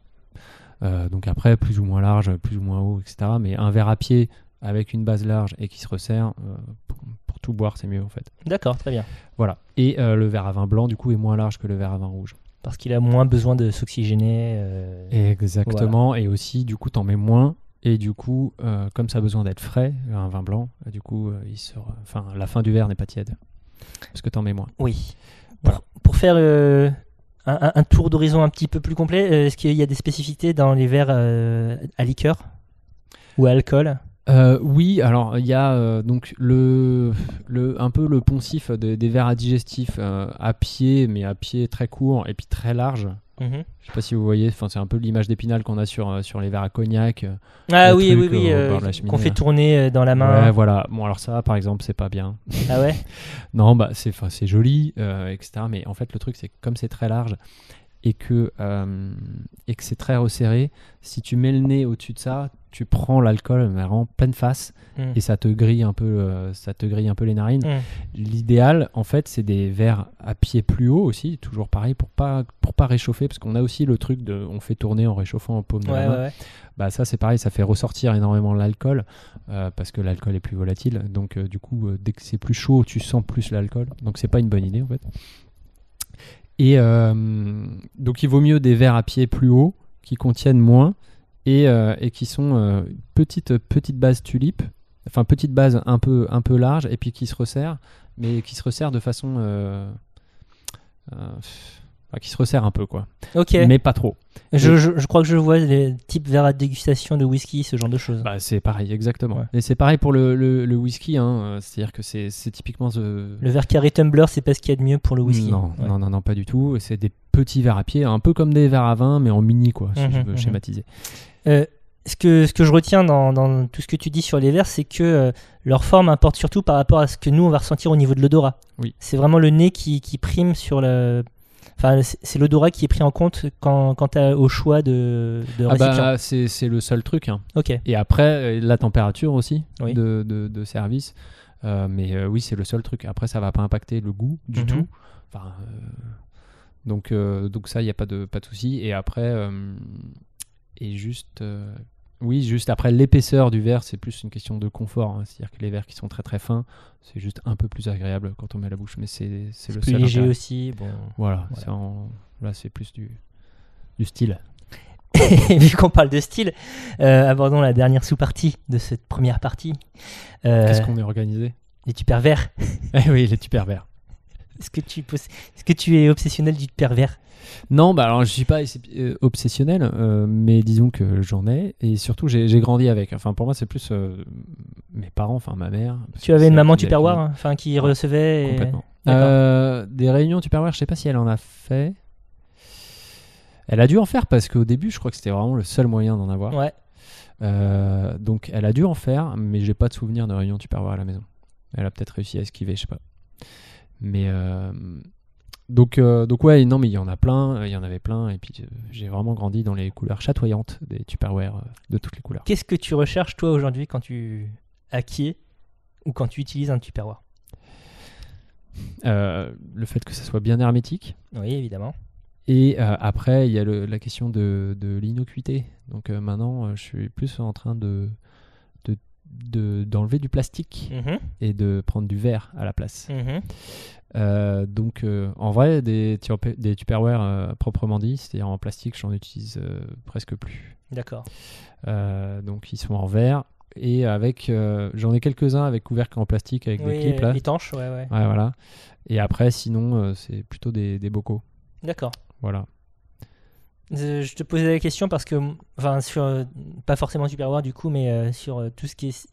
Euh, donc après, plus ou moins large, plus ou moins haut, etc. Mais un verre à pied avec une base large et qui se resserre, euh, pour, pour tout boire, c'est mieux en fait.
D'accord, très bien.
Voilà. Et euh, le verre à vin blanc, du coup, est moins large que le verre à vin rouge.
Parce qu'il a moins besoin de s'oxygéner. euh,
Exactement. Et aussi, du coup, t'en mets moins. Et du coup, euh, comme ça a besoin d'être frais, un vin blanc, euh, du coup, euh, il se re- enfin, la fin du verre n'est pas tiède. Parce que t'en mets moins.
Oui.
Voilà.
Pour, pour faire euh, un, un- un tour d'horizon un petit peu plus complet, euh, est-ce qu'il y a des spécificités dans les verres euh, à liqueur ou à alcool
Euh, oui, alors il y a euh, donc le, le un peu le poncif des, des verres à digestif euh, à pied, mais à pied très court et puis très large. Je sais pas si vous voyez, enfin c'est un peu l'image d'épinal qu'on a sur euh, sur les verres à cognac. euh.
Ah
Le
oui,
truc,
oui, oui,
euh, au
euh,
bord de la cheminée,
qu'on fait
là.
tourner euh, dans la
Ouais,
main.
voilà. Bon alors ça, par exemple, c'est pas bien.
Ah ouais
Non, bah c'est enfin, c'est joli, euh, etc. Mais en fait le truc c'est que comme c'est très large et que euh, et que c'est très resserré, si tu mets le nez au-dessus de ça, tu prends l'alcool mais en pleine face
Mm.
et ça te grille un peu, euh, ça te grille un peu les narines.
Mm.
L'idéal, en fait, c'est des verres à pied plus haut aussi, toujours pareil pour pas pour pas réchauffer, parce qu'on a aussi le truc de, on fait tourner en réchauffant en paume de la
Ouais, ouais,
main.
ouais.
Bah ça c'est pareil, ça fait ressortir énormément l'alcool, euh, parce que l'alcool est plus volatile, donc euh, du coup euh, dès que c'est plus chaud, tu sens plus l'alcool, donc c'est pas une bonne idée en fait. Et euh, donc il vaut mieux des verres à pied plus haut qui contiennent moins et, euh, et qui sont euh, petite petite base tulipe, enfin petite base un peu un peu large et puis qui se resserre, mais qui se resserre de façon euh, euh, pff, enfin, qui se resserre un peu quoi,
Ok,
mais pas trop.
je, je- je crois que je vois les types verres à dégustation de whisky, ce genre de choses.
Bah, c'est pareil, exactement.
Ouais.
Et c'est pareil pour le, le- le whisky, hein, euh, c'est-à-dire que c'est c'est typiquement ce...
Le verre carré tumbler, c'est pas ce qu'il y a de mieux pour le whisky.
Non,
Ouais.
non, non, non, pas du tout. C'est des petits verres à pied, un peu comme des verres à vin, mais en mini, quoi, si
Mhm,
je veux
mhm.
schématiser.
Euh, ce, que, ce que je retiens dans, dans tout ce que tu dis sur les verres, c'est que euh, leur forme importe surtout par rapport à ce que nous, on va ressentir au niveau de l'odorat.
Oui.
C'est vraiment le nez qui, qui prime sur le... Enfin, c'est c'est l'odorat qui est pris en compte quand, quant à- au choix de, de
Ah
récipient.
bah, c'est c'est le seul truc. hein.
Ok.
Et après, euh, la température aussi
Oui.
de, de- de service. Euh, mais euh, oui, c'est le seul truc. Après, ça va pas impacter le goût du
Mhm.
tout. Enfin, euh, donc, euh, donc ça, il n'y a pas de, pas de souci. Et après, euh, et juste, euh, oui, juste après l'épaisseur du verre, c'est plus une question de confort. hein. C'est-à-dire que les verres qui sont très très fins, c'est juste un peu plus agréable quand on met la bouche. Mais c'est c'est le
Plus
seul. hein.
léger
intérêt.
aussi. Bon.
Voilà.
Voilà. Euh.
c'est en- Là, c'est plus du, du style.
Vu qu'on parle de style, euh, abordons la dernière sous-partie de cette première partie. Euh,
Qu'est-ce qu'on est organisé
Les tupperwares.
Eh oui, les super verres.
Est-ce que, tu poss- Est-ce que tu es obsessionnel du pervers
Non, bah alors je suis pas obs- euh, obsessionnel, euh, mais disons que j'en ai et surtout j'ai j'ai grandi avec. Enfin pour moi c'est plus euh, mes parents, enfin ma mère. parce
Tu
que
avais
c'est
une
elle
maman
qui l'a
Tupperware hein, enfin, qui
Ouais,
recevait.
cuisine.
et-
Complètement.
D'accord.
Euh, des réunions Tupperware, je sais pas si elle en a fait. Elle a dû en faire parce qu'au début je crois que c'était vraiment le seul moyen d'en avoir.
Ouais.
Euh, donc elle a dû en faire, mais j'ai pas de souvenir de réunion Tupperware à la maison. Elle a peut-être réussi à esquiver, je sais pas. Mais euh, donc euh, donc ouais, non mais il y en a plein, euh, il y en avait plein, et puis euh, j'ai vraiment grandi dans les couleurs chatoyantes des Tupperware euh, de toutes les couleurs.
Qu'est-ce que tu recherches toi aujourd'hui quand tu acquiers ou quand tu utilises un Tupperware
Euh, le fait que ça soit bien hermétique.
Oui, évidemment.
Et euh, après, il y a le- la question de, de l'innocuité. Donc euh, maintenant, euh, je suis plus en train de, de, de- d'enlever du plastique
Mhm,
et de prendre du verre à la place.
mhm.
Euh, donc, euh, en vrai, des, Tupper- des Tupperware euh, proprement dit, c'est-à-dire en plastique, j'en utilise euh, presque plus.
D'accord.
Euh, donc, ils sont en verre. Et avec, euh, j'en ai quelques-uns avec couvercle en plastique, avec
Oui,
des clips là.
euh, étanche, ouais, ouais.
Ouais, voilà. Et après, sinon, euh, c'est plutôt des, des bocaux.
D'accord.
Voilà.
Euh, Je te posais la question parce que, enfin, sur, euh, pas forcément Superware du coup, mais euh, sur euh, tout ce qui est s-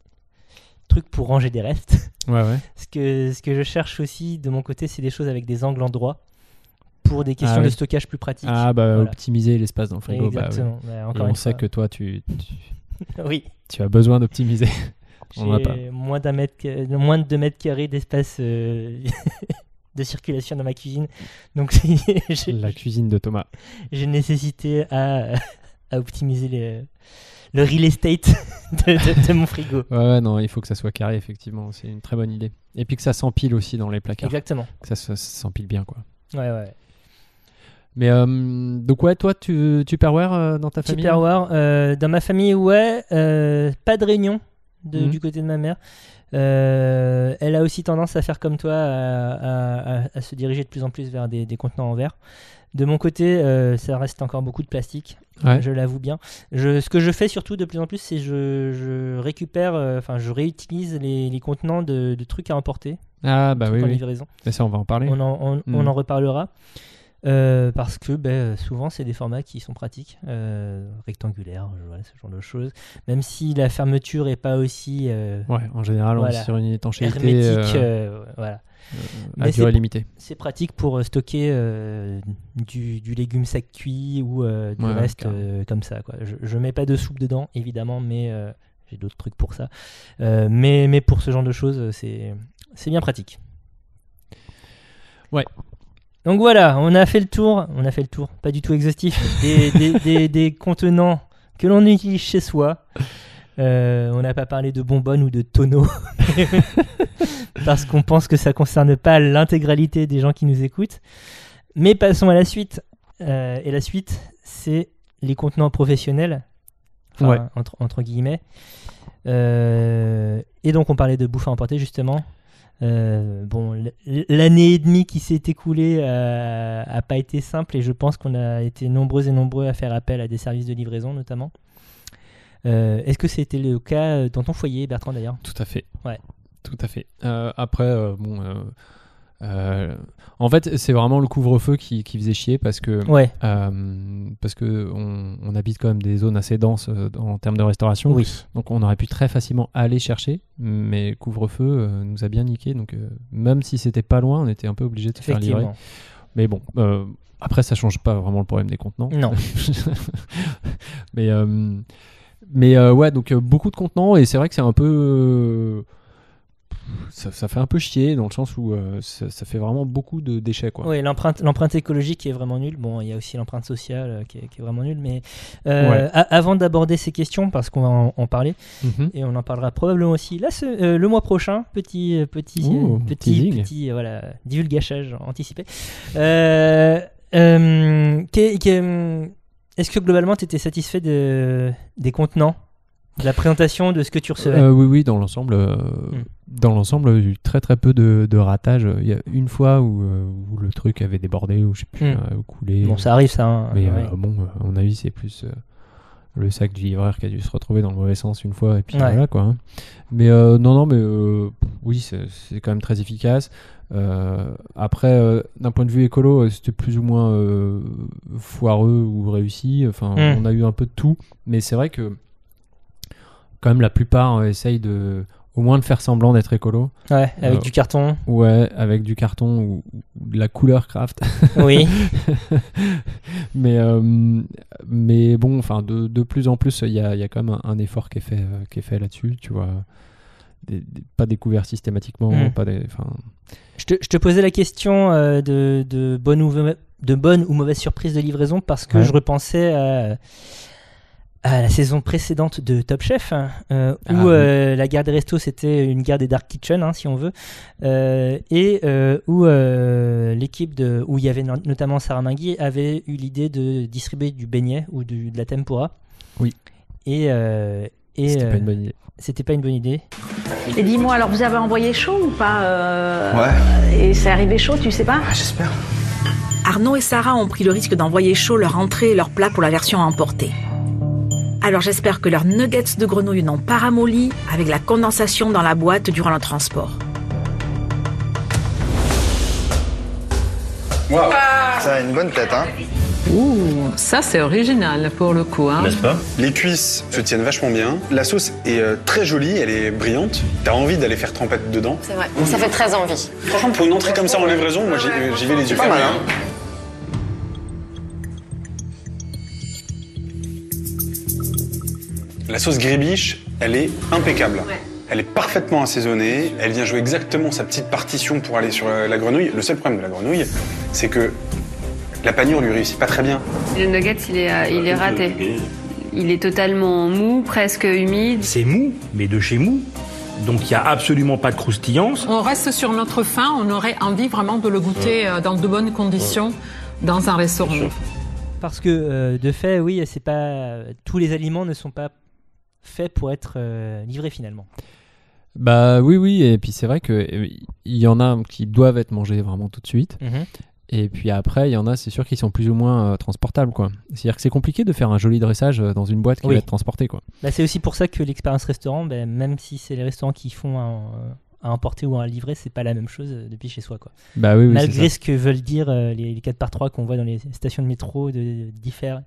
truc pour ranger des restes.
Ouais, ouais.
ce, que, ce que je cherche aussi de mon côté, c'est des choses avec des angles endroits pour des questions
Ah oui.
de stockage plus pratiques.
Ah, bah,
Voilà.
optimiser l'espace dans le frigo. bah, ouais.
Exactement. Ouais,
Et
encore
on
une
sait
fois.
que toi, tu, tu,
oui,
tu as besoin d'optimiser. On va
j'ai moins d'un mètre, ca- euh, moins de 2 mètres carrés d'espace euh, de circulation dans ma cuisine, donc j'ai-
la cuisine de Thomas.
j'ai nécessité à, à optimiser les- le real estate de, de- de mon frigo.
Ouais, ouais, non, il faut que ça soit carré, effectivement. C'est une très bonne idée. Et puis que ça s'empile aussi dans les placards.
Exactement.
Que ça se- ça s'empile bien, quoi.
Ouais, ouais.
Mais euh, donc, ouais, toi, tu, tu perware dans ta famille
Tupperware, euh, dans ma famille, ouais, euh, pas de réunion de-
Mhm.
du côté de ma mère. Euh, elle a aussi tendance à faire comme toi, à, à- à- à se diriger de plus en plus vers des, des contenants en verre. De mon côté, euh, ça reste encore beaucoup de plastique,
Ouais.
je l'avoue bien. Je, ce que je fais surtout de plus en plus, c'est je, je récupère, euh, enfin je réutilise les, les contenants de, de trucs à emporter,
Ah, bah oui,
trucs en
oui.
livraison.
Mais ça, on va en parler.
On en, on-
Mm.
on en reparlera. Euh, parce que ben, souvent, c'est des formats qui sont pratiques, euh, rectangulaires, euh, voilà, ce genre de choses. Même si la fermeture est pas aussi euh,
Ouais, en général, on
Voilà.
est sur une étanchéité
hermétique,
euh,
euh, voilà.
euh, à
mais
durée
c'est-
limitée.
c'est pratique pour euh, stocker euh, du, du légume sac cuit ou euh, du
Ouais, ouais,
reste
carrément.
euh, comme ça. Quoi. Je, je mets pas de soupe dedans, évidemment, mais euh, j'ai d'autres trucs pour ça. Euh, mais, mais pour ce genre de choses, euh, c'est c'est bien pratique.
Ouais.
Donc voilà, on a fait le tour, on a fait le tour, pas du tout exhaustif, des, des- des- des contenants que l'on utilise chez soi. Euh, on n'a pas parlé de bonbonnes ou de tonneaux parce qu'on pense que ça concerne pas l'intégralité des gens qui nous écoutent. Mais passons à la suite. Euh, et la suite, c'est les contenants professionnels, Enfin,
Ouais.
entre, entre guillemets. Euh, et donc on parlait de bouffe à emporter justement. Euh, bon, l- l'année et demie qui s'est écoulée euh, a pas été simple et je pense qu'on a été nombreux et nombreux à faire appel à des services de livraison notamment. Euh, Est-ce que c'était le cas euh, dans ton foyer, Bertrand d'ailleurs
Tout à fait.
Ouais.
Tout à fait. Euh, après, euh, bon. euh, euh, en fait, c'est vraiment le couvre-feu qui, qui faisait chier parce que.
Ouais,
euh, parce que on, on habite quand même des zones assez denses euh, en termes de restauration,
oui.
donc on aurait pu très facilement aller chercher, mais couvre-feu euh, nous a bien niqué, donc euh, même si c'était pas loin, on était un peu obligé de se faire livrer.
Effectivement.
Mais bon, euh, après, ça change pas vraiment le problème des contenants.
Non.
mais euh, mais euh, ouais, donc euh, beaucoup de contenants, et c'est vrai que c'est un peu. euh, ça, ça fait un peu chier dans le sens où euh, ça, ça fait vraiment beaucoup de déchets, quoi.
Oui, l'empreinte, l'empreinte écologique qui est vraiment nulle. Bon, il y a aussi l'empreinte sociale euh, qui est, qui est vraiment nulle. Mais euh,
Ouais.
a- avant d'aborder ces questions, parce qu'on va en, en parler,
Mhm.
et on en parlera probablement aussi là, ce- euh, le mois prochain, petit, euh, petit,
Ouh,
euh, petit,
teasing.
petit, euh, voilà, divulgachage anticipé. Euh, euh, qu'est- qu'est- hum, est-ce que globalement, tu étais satisfait de, des contenants, de la présentation, de ce que tu recevais
Euh, oui, oui, dans l'ensemble, euh,
Mm.
dans l'ensemble, il y a eu très très peu de, de ratage. Il y a une fois où, euh, où le truc avait débordé ou je sais plus,
Mm.
euh, coulé.
Bon, ça arrive, ça. hein,
Mais
ouais.
euh, bon, euh, à mon avis, c'est plus euh, le sac du livreur qui a dû se retrouver dans le mauvais sens une fois, et puis
Ouais.
voilà quoi. hein. Mais euh, non, non, mais euh, pff, oui, c'est c'est quand même très efficace. Euh, après, euh, d'un point de vue écolo, euh, c'était plus ou moins euh, foireux ou réussi. Enfin,
Mm.
on a eu un peu de tout, mais c'est vrai que quand même la plupart euh, essayent de au moins de faire semblant d'être écolo.
Ouais, avec
euh,
du carton.
Ouais, avec du carton ou, ou de la couleur craft.
oui.
mais, euh, mais bon, enfin, de, de plus en plus, il y a, il y a quand même un, un effort qui est fait, euh, qui est fait là-dessus, tu vois. Des- des- pas découvert systématiquement,
Mm.
pas des. Enfin,
Je te, je te posais la question euh, de, de, bonne ou, mauva- de bonne ou mauvaise surprise de livraison parce que
Ouais.
je repensais à, à la saison précédente de Top Chef hein, euh,
Ah,
où
oui.
euh, la guerre des restos c'était une guerre des dark kitchen hein, si on veut euh, et euh, où euh, l'équipe de où il y avait no- notamment Sarah Mingui avait eu l'idée de distribuer du beignet ou du- de la tempura.
Oui.
Et, euh, Et
C'était pas
euh,
une bonne idée.
c'était pas une bonne idée.
Et dis-moi, alors vous avez envoyé chaud ou pas Ouais. Et c'est arrivé chaud, tu sais pas
Arnaud et Sarah ont pris le risque d'envoyer chaud leur entrée et leur plat pour la version à emporter. Alors j'espère que leurs nuggets de grenouille n'ont pas ramolli avec la condensation dans la boîte durant le transport.
Ça a une bonne tête, hein
Ouh, ça c'est original pour le coup. Hein.
N'est-ce pas
Les cuisses se tiennent vachement bien. La sauce est euh, très jolie, elle est brillante. T'as envie d'aller faire trempette dedans.
C'est vrai, ça fait très envie.
Franchement, pour une entrée comme ça en livraison, moi j'y- euh, j'y vais les yeux fermés.
mal, hein.
hein. La sauce grébiche, elle est impeccable. Elle est parfaitement assaisonnée, elle vient jouer exactement sa petite partition pour aller sur euh, la, la grenouille. Le seul problème de la grenouille, c'est que la panure lui réussit pas très bien.
Le nugget, il est, euh, il est
Ah,
raté. Il est totalement mou, presque humide.
C'est mou, mais de chez mou. Donc il n'y a absolument pas de croustillance.
On reste sur notre faim, on aurait envie vraiment de le goûter euh, dans de bonnes conditions dans un restaurant.
Parce que euh, de fait, oui, c'est pas tous les aliments ne sont pas faits pour être euh, livrés finalement.
Bah oui, oui, et puis c'est vrai que euh, il y en a qui doivent être mangés vraiment tout de suite, et puis après, il y en a, c'est sûr, qui sont plus ou moins euh, transportables, quoi. C'est-à-dire que c'est compliqué de faire un joli dressage euh, dans une boîte qui
Oui.
va être transportée, quoi.
Bah, c'est aussi pour ça que l'expérience restaurant, ben, même si c'est les restaurants qui font un- à emporter ou à livrer, c'est pas la même chose euh, depuis chez soi. Quoi.
Bah oui, oui, c'est
Malgré ce que veulent dire euh, les, 4 par 3 qu'on voit dans les stations de métro de, de diffère-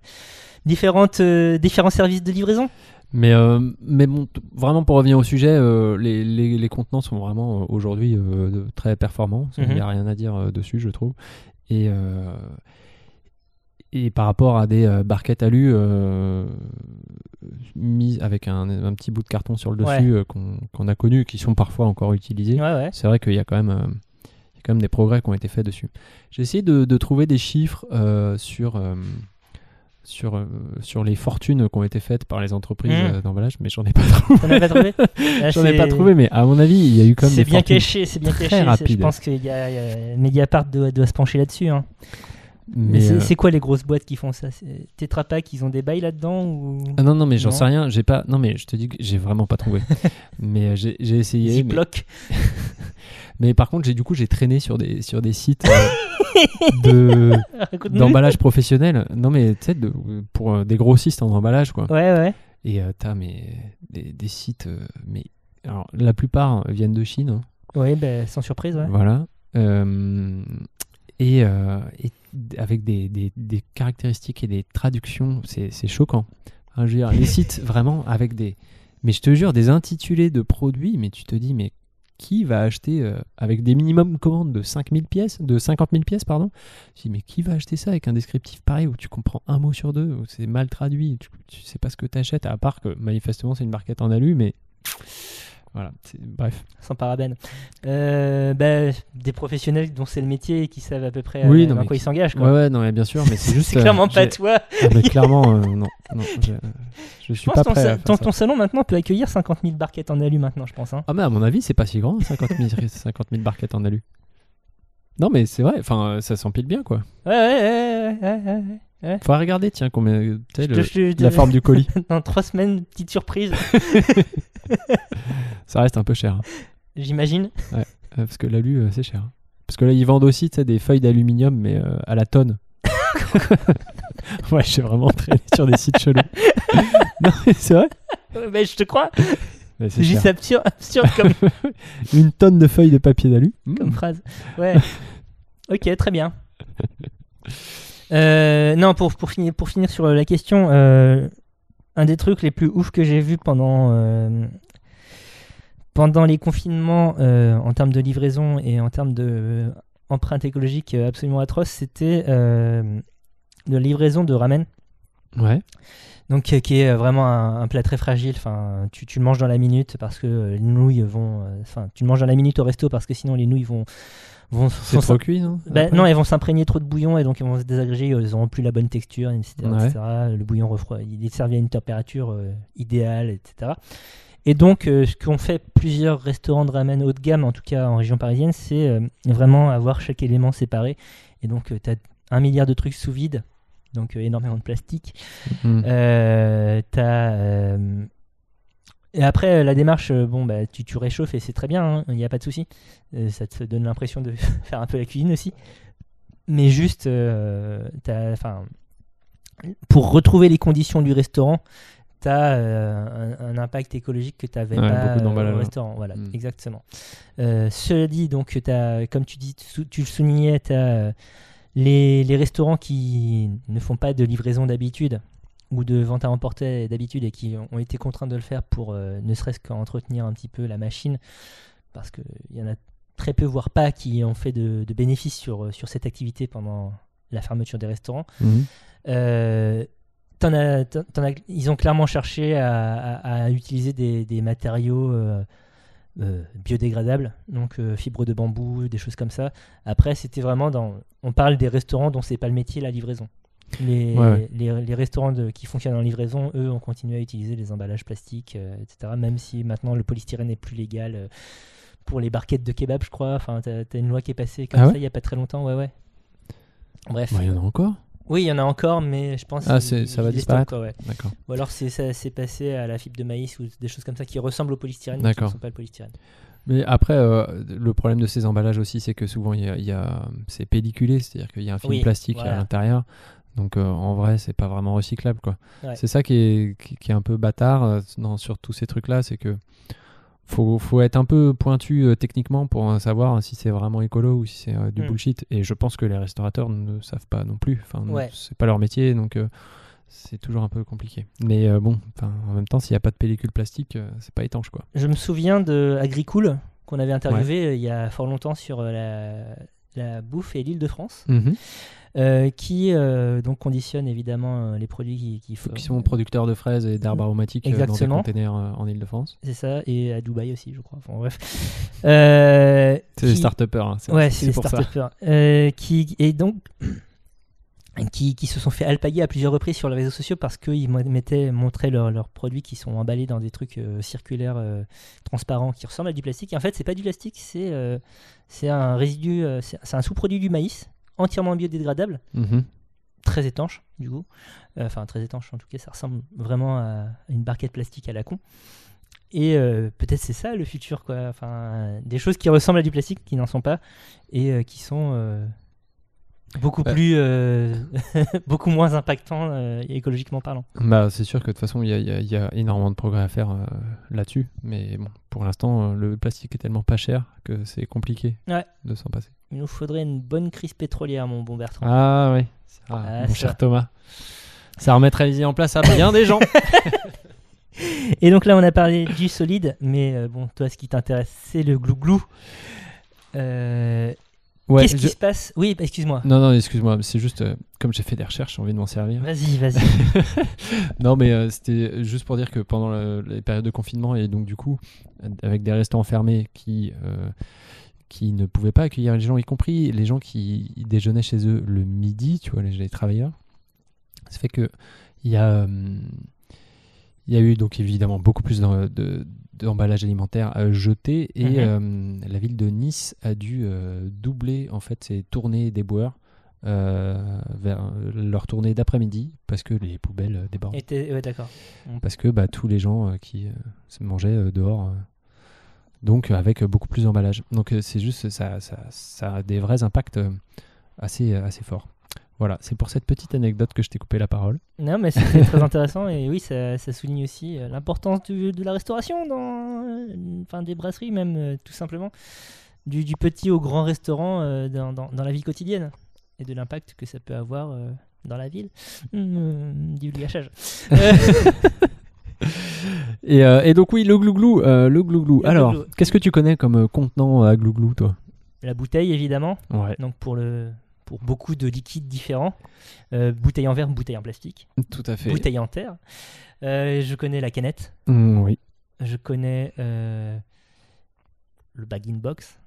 différentes, euh, différents services de livraison.
Mais, euh, mais bon, t- vraiment pour revenir au sujet, euh, les, les, les contenants sont vraiment euh, aujourd'hui euh, de- très performants. Il n'y a rien à dire euh, dessus, je trouve. Et, euh, et par rapport à des euh, barquettes alu euh, mises avec un, un petit bout de carton sur le dessus
Ouais.
euh, qu'on qu'on a connu, qui sont parfois encore utilisées,
Ouais, ouais.
c'est vrai qu'il y a quand même. euh, il y a quand même des progrès qui ont été faits dessus. J'ai essayé de, de trouver des chiffres euh, sur, euh, sur, euh, sur les fortunes qui ont été faites par les entreprises
Mhm.
euh, d'emballage, mais j'en ai pas trouvé.
T'en as pas trouvé Là,
J'en ai
c'est-
pas trouvé, mais à mon avis, il y a eu quand même
C'est
des
bien
fortunes.
caché, c'est bien
très
caché. c'est- Je
rapides.
pense que y a, euh, Mediapart doit, doit se pencher là-dessus. hein. Mais
Mais,
c'est
euh,
c'est quoi les grosses boîtes qui font ça C'est- Tetra Pak, ils ont des bails là-dedans ou
ah non, non, mais j'en
Non.
sais rien. J'ai pas. Non, mais je te dis que j'ai vraiment pas trouvé. mais euh, j'ai j'ai essayé. Mais,
Ziploc
mais par contre, j'ai du coup, j'ai traîné sur des, sur des sites euh, de
Raconte-nous.
d'emballage professionnel. Non, mais tu sais, de- pour euh, des grossistes en emballage, quoi.
Ouais, ouais.
Et euh, t'as mais, des, des sites, euh, mais alors, la plupart viennent de Chine, hein,
Ouais, bah, sans surprise, ouais.
voilà. Euh, et, euh, et d- avec des, des- des caractéristiques et des traductions, c'est c'est choquant. Hein, je veux dire, les sites vraiment avec des, mais je te jure, des intitulés de produits, mais tu te dis, mais qui va acheter euh, avec des minimums commandes de 5000 pièces, de 50 000 pièces, pardon Je dis, mais qui va acheter ça avec un descriptif pareil où tu comprends un mot sur deux, où c'est mal traduit, tu, tu sais pas ce que t'achètes, à part que manifestement c'est une barquette en alu, mais voilà, c'est- bref.
Sans parabène. Euh, bah, des professionnels dont c'est le métier et qui savent à peu près
Oui,
euh,
non,
dans
mais
quoi ils s'engagent.
Ouais,
quoi.
ouais, non, mais bien sûr, mais c'est juste.
C'est
euh,
clairement pas
j'ai-
toi.
Ah, mais clairement, euh, non, non, je, je
Je
suis
pense
pas
ton,
prêt.
sa-
à faire
ton-
ça.
ton salon maintenant peut accueillir 50 000 barquettes en alu maintenant, je pense. hein.
Ah mais à mon avis, c'est pas si grand, 50 000, 50 000 barquettes en alu. Non mais c'est vrai, enfin euh, ça s'empile bien quoi.
Ouais, ouais, ouais, ouais, ouais, ouais.
Faut regarder tiens combien euh, tu sais,
Je te-
le-
je te-
la forme du colis.
Dans trois semaines, petite surprise,
Ça reste un peu cher hein.
j'imagine.
Euh, parce que l'alu euh, c'est cher. hein. Parce que là ils vendent aussi tu sais, des feuilles d'aluminium mais euh, à la tonne. ouais, j'ai vraiment traîné sur des sites chelous. non mais c'est vrai.
Ouais, bah, je te crois,
Mais
c'est
c'est
juste
cher.
absurde, absurde comme,
Une tonne de feuilles de papier d'alu.
comme phrase. Ouais. Ok, très bien. Euh, non, pour, pour, finir, pour finir sur la question, euh, un des trucs les plus ouf que j'ai vu pendant, euh, pendant les confinements euh, en termes de livraison et en termes de euh, empreinte écologique euh, absolument atroce, c'était euh, de la livraison de ramen.
Hmm. Ouais.
Donc euh, qui est euh, vraiment un, un plat très fragile. Enfin, tu, tu le manges dans la minute parce que euh, les nouilles vont. euh, Enfin, tu le manges dans la minute au resto parce que sinon les nouilles vont vont
C'est
sont-
trop Bah, cuit non
Ben,
Après
non, elles vont s'imprégner trop de bouillon et donc elles vont se désagréger. euh, Elles n'auront plus la bonne texture, etc.,
Ouais.
etc. Le bouillon refroidit, il est servi à une température euh, idéale, etc. Et donc, euh, ce qu'ont fait plusieurs restaurants de ramen haut de gamme, en tout cas en région parisienne, c'est euh, vraiment avoir chaque élément séparé. Et donc, tu as un milliard de trucs sous vide,
Mm. Hmm.
Euh, donc euh, énormément de plastique.
Mhm.
Euh, t'as euh, Et après, euh, la démarche, euh, bon, bah, tu, tu réchauffes et c'est très bien, hein, il n'y a pas de souci. Euh, ça te donne l'impression de faire un peu la cuisine aussi. Mais juste, euh, t'as- enfin, pour retrouver les conditions du restaurant, tu as un, un impact écologique que tu n'avais
Ouais,
pas
beaucoup d'emballage,
euh, au
ouais.
restaurant. Voilà,
Mm.
exactement. Euh, cela dit, donc, as, comme tu, dis, tu, tu le soulignais, tu les, les restaurants qui ne font pas de livraison d'habitude ou de vente à emporter d'habitude et qui ont- ont été contraints de le faire pour euh, ne serait-ce qu'entretenir un petit peu la machine, parce qu'il y en a très peu, voire pas, qui ont fait de, de bénéfices sur, euh, sur cette activité pendant la fermeture des restaurants.
Mhm.
Euh, t'en as- t'en- t'en as- ils ont clairement cherché à, à- à utiliser des, des matériaux euh, euh, biodégradables, donc euh, fibres de bambou, des choses comme ça. Après, c'était vraiment dans. On parle des restaurants dont c'est pas le métier la livraison. Les,
Ouais, ouais.
les, les restaurants de- qui fonctionnent en livraison, eux, ont continué à utiliser les emballages plastiques, euh, etc. Même si maintenant le polystyrène n'est plus légal euh, pour les barquettes de kebab, je crois. Enfin, t'as t'as une loi qui est passée comme
Ah
ça
ouais
il y a pas très longtemps. Ouais, ouais. Bref.
Bah, il y en a encore
Oui, il y en a encore, mais je pense.
Ah,
il-
c'est- ça
il
va
les stocke,
disparaître
quoi, ouais.
D'accord.
Ou alors c'est ça s'est passé à la fibre de maïs ou des choses comme ça qui ressemblent au polystyrène, mais qui ne
D'accord.
sont pas le polystyrène.
Mais après, euh, le problème de ces emballages aussi, c'est que souvent, il y a, il y a- c'est pelliculé, c'est-à-dire qu'il y a un film
Oui,
plastique à
voilà.
l'intérieur. Donc, euh, en vrai, c'est pas vraiment recyclable, quoi.
Ouais.
C'est ça qui est, qui, qui est un peu bâtard euh, dans- sur tous ces trucs-là, c'est que faut, faut être un peu pointu euh, techniquement pour euh, savoir si c'est vraiment écolo ou si c'est euh, du
Mm.
bullshit. Et je pense que les restaurateurs ne savent pas non plus. Enfin,
Ouais.
c'est pas leur métier, donc... euh, c'est toujours un peu compliqué. Mais euh, bon, enfin, en même temps, s'il n'y a pas de pellicule plastique, euh, c'est pas étanche, quoi.
Je me souviens de Agricool qu'on avait interviewé euh, il y a fort longtemps sur euh, la, la bouffe et l'Île-de-France,
Mhm.
euh, qui euh, donc conditionne évidemment euh, les produits qui, qui font-
qui sont producteurs de fraises et d'arbres aromatiques euh, dans des
Exactement.
containers euh, en Ile-de-France.
C'est ça, et à Dubaï aussi, je crois. Enfin bref. Euh,
C'est les
qui-
start-uppers, hein, c'est-
Ouais,
c'est
c'est les
pour ça.
start-uppers. Euh, qui, et donc, qui, qui se sont fait alpaguer à plusieurs reprises sur les réseaux sociaux parce qu'ils mo- mettaient, montraient leurs leurs produits qui sont emballés dans des trucs euh, circulaires euh, transparents qui ressemblent à du plastique. Et en fait, c'est pas du plastique, c'est euh, c'est un résidu, euh, c'est c'est un sous-produit du maïs entièrement biodégradable
Mhm.
très étanche du coup, Euh, enfin très étanche en tout cas, ça ressemble vraiment à une barquette plastique à la con. Et euh, peut-être c'est ça le futur quoi, enfin euh, des choses qui ressemblent à du plastique qui n'en sont pas et euh, qui sont euh, beaucoup
Ouais.
plus, euh, beaucoup moins impactants euh, écologiquement parlant.
Bah, c'est sûr que de toute façon, il y a, il y a- il y a énormément de progrès à faire euh, là-dessus. Mais bon, pour l'instant, euh, le plastique est tellement pas cher que c'est compliqué
Ouais.
de s'en passer.
Il nous faudrait une bonne crise pétrolière mon bon Bertrand.
Ah oui,
Ah,
mon
ça.
cher Thomas. Ça remettrait les idées en place à bien des gens.
Et donc là on a parlé du solide, mais euh, bon toi ce qui t'intéresse c'est le glouglou. Euh,
Ouais,
Qu'est-ce qui
je-
se passe Oui excuse-moi.
Non, non, excuse-moi, c'est juste, euh, comme j'ai fait des recherches, j'ai envie de m'en servir.
Vas-y vas-y.
non, mais euh, c'était juste pour dire que pendant le- les périodes de confinement, et donc du coup, euh, avec des restaurants fermés qui, euh, qui ne pouvaient pas accueillir les gens, y compris les gens qui déjeunaient chez eux le midi, tu vois, les, les travailleurs, ça fait que il y a. euh, il y a eu donc évidemment beaucoup plus d'en- de- d'emballages alimentaires euh, jetés et
Mhm.
euh, la ville de Nice a dû euh, doubler en fait ses tournées des boueurs euh, vers euh, leur tournée d'après-midi parce que les poubelles euh, débordent.
Et t'es- ouais, d'accord.
Parce que bah, tous les gens euh, qui euh, se mangeaient euh, dehors, euh, donc euh, avec euh, beaucoup plus d'emballage. Donc euh, c'est juste, ça, ça, ça a des vrais impacts euh, assez, euh, assez forts. Voilà, c'est pour cette petite anecdote que je t'ai coupé la parole.
Non, mais c'est très intéressant et oui, ça, ça souligne aussi euh, l'importance du- de la restauration dans, euh, enfin des brasseries même euh, tout simplement, du, du petit au grand restaurant euh, dans, dans- dans la vie quotidienne et de l'impact que ça peut avoir euh, dans la ville Hum, du gâchage. Euh,
Et, euh, et donc oui, le glouglou, euh, le glouglou.
Le
Alors,
glouglou.
qu'est-ce que tu connais comme euh, contenant à glouglou, toi
la bouteille évidemment,
Ouais,
donc pour le pour beaucoup de liquides différents, Euh, bouteille en verre, bouteille en plastique,
tout à fait.
bouteille en terre. Euh, je connais la canette,
Mm, oui.
je connais euh, le bag in box.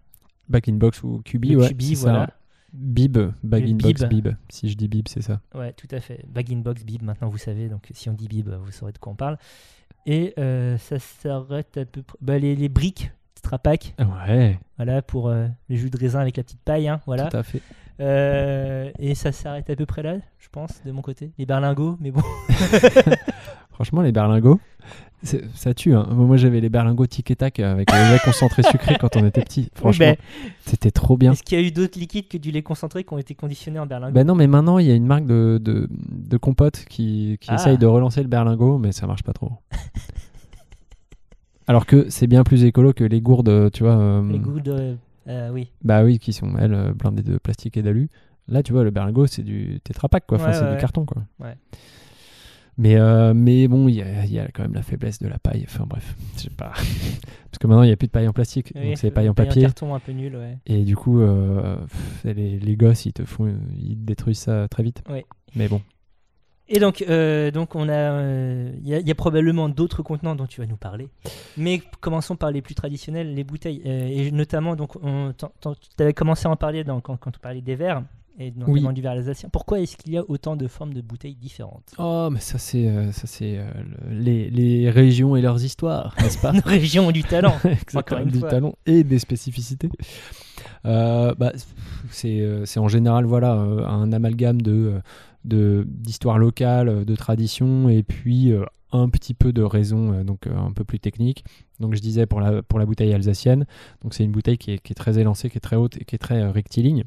Back in box ou cubi,
Le
ouais.
Cubi,
c'est ça.
voilà.
Bib, bag
Le
in box,
bib.
bib. Si je dis bib, c'est ça.
Ouais, tout à fait. Bag in box, bib, maintenant vous savez. Donc si on dit bib, vous saurez de quoi on parle. Et euh, ça s'arrête à peu près. Bah, les, les briques, strapac,
Ouais,
voilà, pour euh, le jus de raisin avec la petite paille, hein, voilà.
tout à fait.
Euh, et ça s'arrête à peu près là, je pense, de mon côté. Les berlingots, mais bon.
Franchement, les berlingots, C'est- Ça tue. hein. Moi, j'avais les berlingots tic et tac avec le lait concentré sucré quand on était petit. Franchement,
ben,
c'était trop bien.
Est-ce qu'il y a eu d'autres liquides que du lait concentré qui ont été conditionnés en berlingot
Ben non, mais maintenant, il y a une marque de, de, de compote qui, qui
Ah.
essaye de relancer le berlingot, mais ça marche pas trop. Alors que c'est bien plus écolo que les gourdes, tu vois. euh,
Les goûts de. euh, oui.
Bah oui, qui sont, elles, euh, blindées de plastique et d'alu. Là, tu vois, le berlingot, c'est du tétrapac, quoi. Enfin,
Ouais,
c'est
ouais,
du
ouais.
carton, quoi.
Ouais.
Mais, euh, mais bon, il y, a- il y a quand même la faiblesse de la paille. Enfin, bref, je sais pas. Parce que maintenant, il n'y a plus de paille en plastique,
Oui,
donc c'est paille en
paille en
papier.
carton un peu nul, ouais.
Et du coup, euh, pff, les, les gosses, ils te font, ils détruisent ça très vite.
Ouais.
Mais bon.
Et donc, euh, donc on a, euh, il y, a- il y a probablement d'autres contenants dont tu vas nous parler. Mais commençons par les plus traditionnels, les bouteilles, Euh, et notamment donc, on- t'en- t'en- tu avais commencé à en parler dans- quand, quand on parlait des verres et notamment
Oui.
du verre alsacien. Pourquoi est-ce qu'il y a autant de formes de bouteilles différentes
Oh, mais ça, c'est euh, ça c'est euh, le- les, les régions et leurs histoires, n'est-ce pas
Nos régions ont du talent. encore
Exactement,
une
du
fois.
talent et des spécificités. Euh, bah, c'est euh, c'est en général voilà, euh, un amalgame de euh, de- d'histoire locale, de tradition et puis euh, un petit peu de raison euh, donc euh, un peu plus technique. Donc je disais pour la, pour la bouteille alsacienne, donc c'est une bouteille qui est, qui est très élancée, qui est très haute et qui est très euh, rectiligne.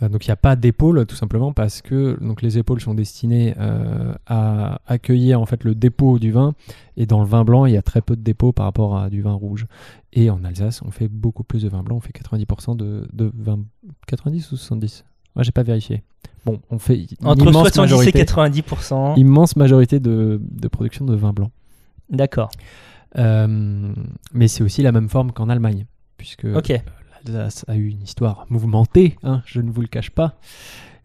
Euh, Donc il n'y a pas d'épaule tout simplement parce que donc les épaules sont destinées euh, à accueillir en fait le dépôt du vin et dans le vin blanc il y a très peu de dépôt par rapport à du vin rouge et en Alsace on fait beaucoup plus de vin blanc on fait 90% de, de vin 90 ou 70 moi j'ai pas vérifié bon on fait une
Entre
immense
70
majorité-
et 90%.
immense majorité de, de production de vin blanc
D'accord.
Euh, mais c'est aussi la même forme qu'en Allemagne puisque
Ok.
l'Alsace a eu une histoire mouvementée, hein, je ne vous le cache pas.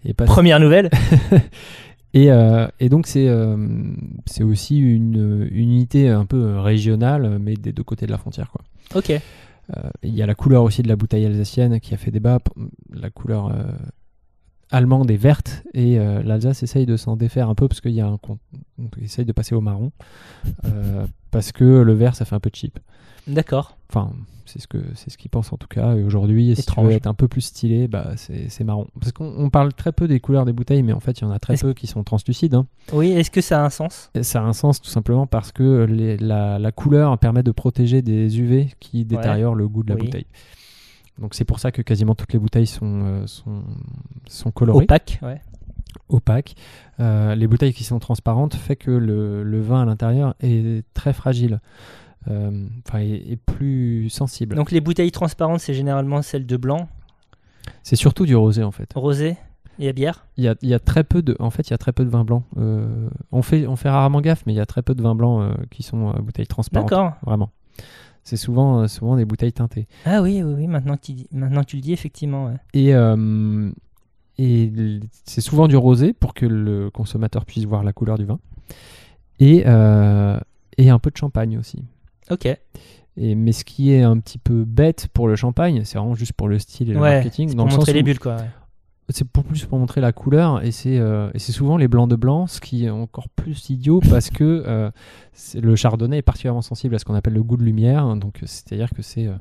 Et pas-
Première nouvelle.
et, euh, et donc c'est euh, c'est aussi une, une unité un peu régionale, mais des deux côtés de la frontière. Quoi.
Ok.
Euh, Il y a la couleur aussi de la bouteille alsacienne qui a fait débat, p- la couleur euh, allemande est verte, et euh, l'Alsace essaye de s'en défaire un peu parce qu'il y a un... con- essaye de passer au marron, euh, parce que le vert ça fait un peu cheap.
D'accord.
Enfin, c'est ce que c'est ce qu'ils pensent en tout cas. Et aujourd'hui, si tu
Étrange.
veux être un peu plus stylé, bah c'est c'est marron. Parce qu'on on parle très peu des couleurs des bouteilles, mais en fait, il y en a très
Est-ce-
peu qui sont translucides. hein.
Oui, est-ce que ça a un sens
Et ça a un sens tout simplement parce que les- la, la couleur permet de protéger des UV qui détériorent le goût de la
Oui.
bouteille. Donc c'est pour ça que quasiment toutes les bouteilles sont euh, sont, sont colorées
Opaque, ouais.
opaque. Euh, les bouteilles qui sont transparentes fait que le, le vin à l'intérieur est très fragile, Euh, enfin est, est plus sensible.
Donc les bouteilles transparentes, c'est généralement celles de blanc,
C'est surtout du rosé en fait.
rosé et à bière.
Il y a, il y a très peu de, en fait, il y a très peu de vins blancs. Euh, on fait, on fait rarement gaffe, mais il y a très peu de vins blancs euh, qui sont euh, bouteilles transparentes.
D'accord.
Vraiment. C'est souvent, euh, souvent des bouteilles teintées.
Ah oui, oui, oui, maintenant que tu, dis- maintenant que tu le dis, effectivement. ouais.
Et, euh, et l- c'est souvent du rosé pour que le consommateur puisse voir la couleur du vin. Et, euh, et un peu de champagne aussi.
Ok.
Et, mais ce qui est un petit peu bête pour le champagne, c'est vraiment juste pour le style et le
Ouais,
marketing.
c'est
dans
pour
le sens
montrer les
où-
bulles, quoi. ouais.
c'est pour plus pour montrer la couleur et c'est euh, et c'est souvent les blancs de blanc ce qui est encore plus idiot parce que euh, c'est- le chardonnay est particulièrement sensible à ce qu'on appelle le goût de lumière hein, donc c'est à dire que c'est euh,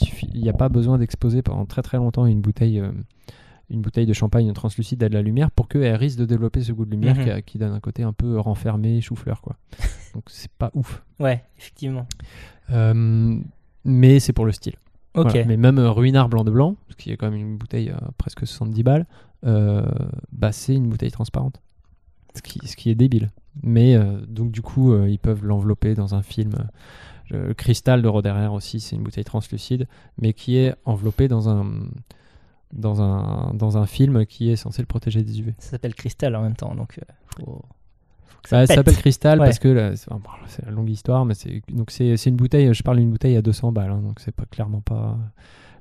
il suffit- il n'y a pas besoin d'exposer pendant très très longtemps une bouteille euh, une bouteille de champagne translucide à de la lumière pour qu'elle risque de développer ce goût de lumière
Mhm.
qui, a- qui donne un côté un peu renfermé chou-fleur quoi donc c'est pas ouf
Ouais, effectivement.
Euh, mais c'est pour le style
Ok.
voilà. Mais même euh, Ruinard Blanc de Blanc, ce qui est quand même une bouteille à presque 70 balles, euh, bah, c'est une bouteille transparente. Ce qui, ce qui est débile. Mais euh, donc, du coup, euh, ils peuvent l'envelopper dans un film. Euh, Le cristal de Roderer aussi, c'est une bouteille translucide, mais qui est enveloppée dans un, dans un, dans un film qui est censé le protéger des UV.
Ça s'appelle cristal en même temps, donc euh, faut- faut que
Bah, ça
pète.
s'appelle Cristal
Ouais.
parce que là, c'est bon, c'est une longue histoire, mais c'est donc c'est c'est une bouteille. Je parle d'une bouteille à 200 balles, hein, donc c'est pas clairement pas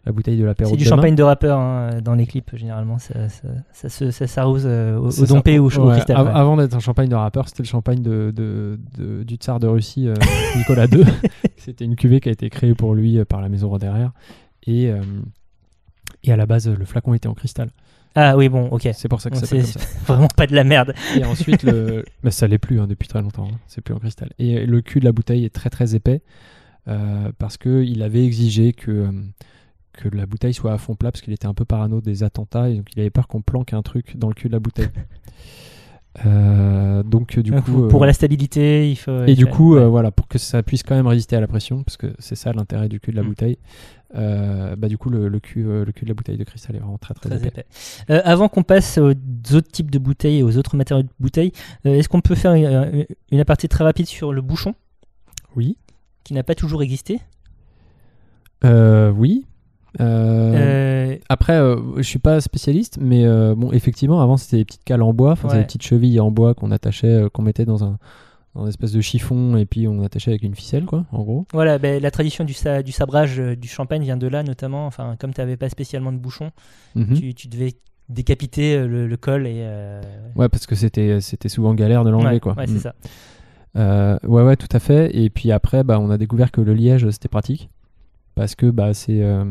la bouteille de l'apéro.
C'est du
de demain.
champagne de rappeur hein, dans les clips, généralement. Ça, ça, ça, se- ça s'arrose euh, au,
C'est
au dompé
ça.
ou au, au
Ouais, Ah,
cristal.
av-
ouais.
Avant d'être un champagne de rappeur, c'était le champagne de, de- de- du tsar de Russie, euh, Nicolas II. c'était une cuvée qui a été créée pour lui euh, par la maison Roderer. Et, euh, et à la base, euh, le flacon était en cristal.
Ah oui, bon, ok.
C'est pour ça que
Bon,
ça s'appelle comme
c'est-
ça.
Vraiment pas de la merde.
Et ensuite, le... mais ça l'est plus hein, depuis très longtemps. hein. C'est plus en cristal. Et le cul de la bouteille est très très épais euh, parce que il avait exigé que euh, que la bouteille soit à fond plat parce qu'il était un peu parano des attentats et donc il avait peur qu'on planque un truc dans le cul de la bouteille. Euh, donc du
Donc,
coup,
pour
euh,
la stabilité, il faut.
et du coup,
ouais.
euh, voilà, pour que ça puisse quand même résister à la pression, parce que c'est ça l'intérêt du cul de la bouteille. euh, bah du coup, le, le cul, euh, le cul de la bouteille de cristal est vraiment très très,
Très
épais.
épais. Euh, avant qu'on passe aux autres types de bouteilles et aux autres matériaux de bouteilles, euh, est-ce qu'on peut faire une, une aparté très rapide sur le bouchon
Oui.
Qui n'a pas toujours existé
Euh, oui. Euh,
Euh,
Après, euh, je suis pas spécialiste, mais euh, bon, effectivement, avant c'était des petites cales en bois, enfin c'est
Ouais.
des petites chevilles en bois qu'on attachait, euh, qu'on mettait dans un, dans un espèce de chiffon et puis on attachait avec une ficelle, quoi, en gros.
Voilà, ben, la tradition du, sa- du sabrage euh, du champagne vient de là, notamment. Enfin, comme tu n'avais pas spécialement de bouchon,
Mhm.
tu, tu devais décapiter euh, le, le col et. euh,
Ouais, parce que c'était euh, c'était souvent galère de l'enlever,
Ouais,
quoi. Mhm.
ouais, c'est ça.
Euh, ouais, ouais, tout à fait. Et puis après, bah, on a découvert que le liège, c'était pratique. Parce que bah, c'est euh,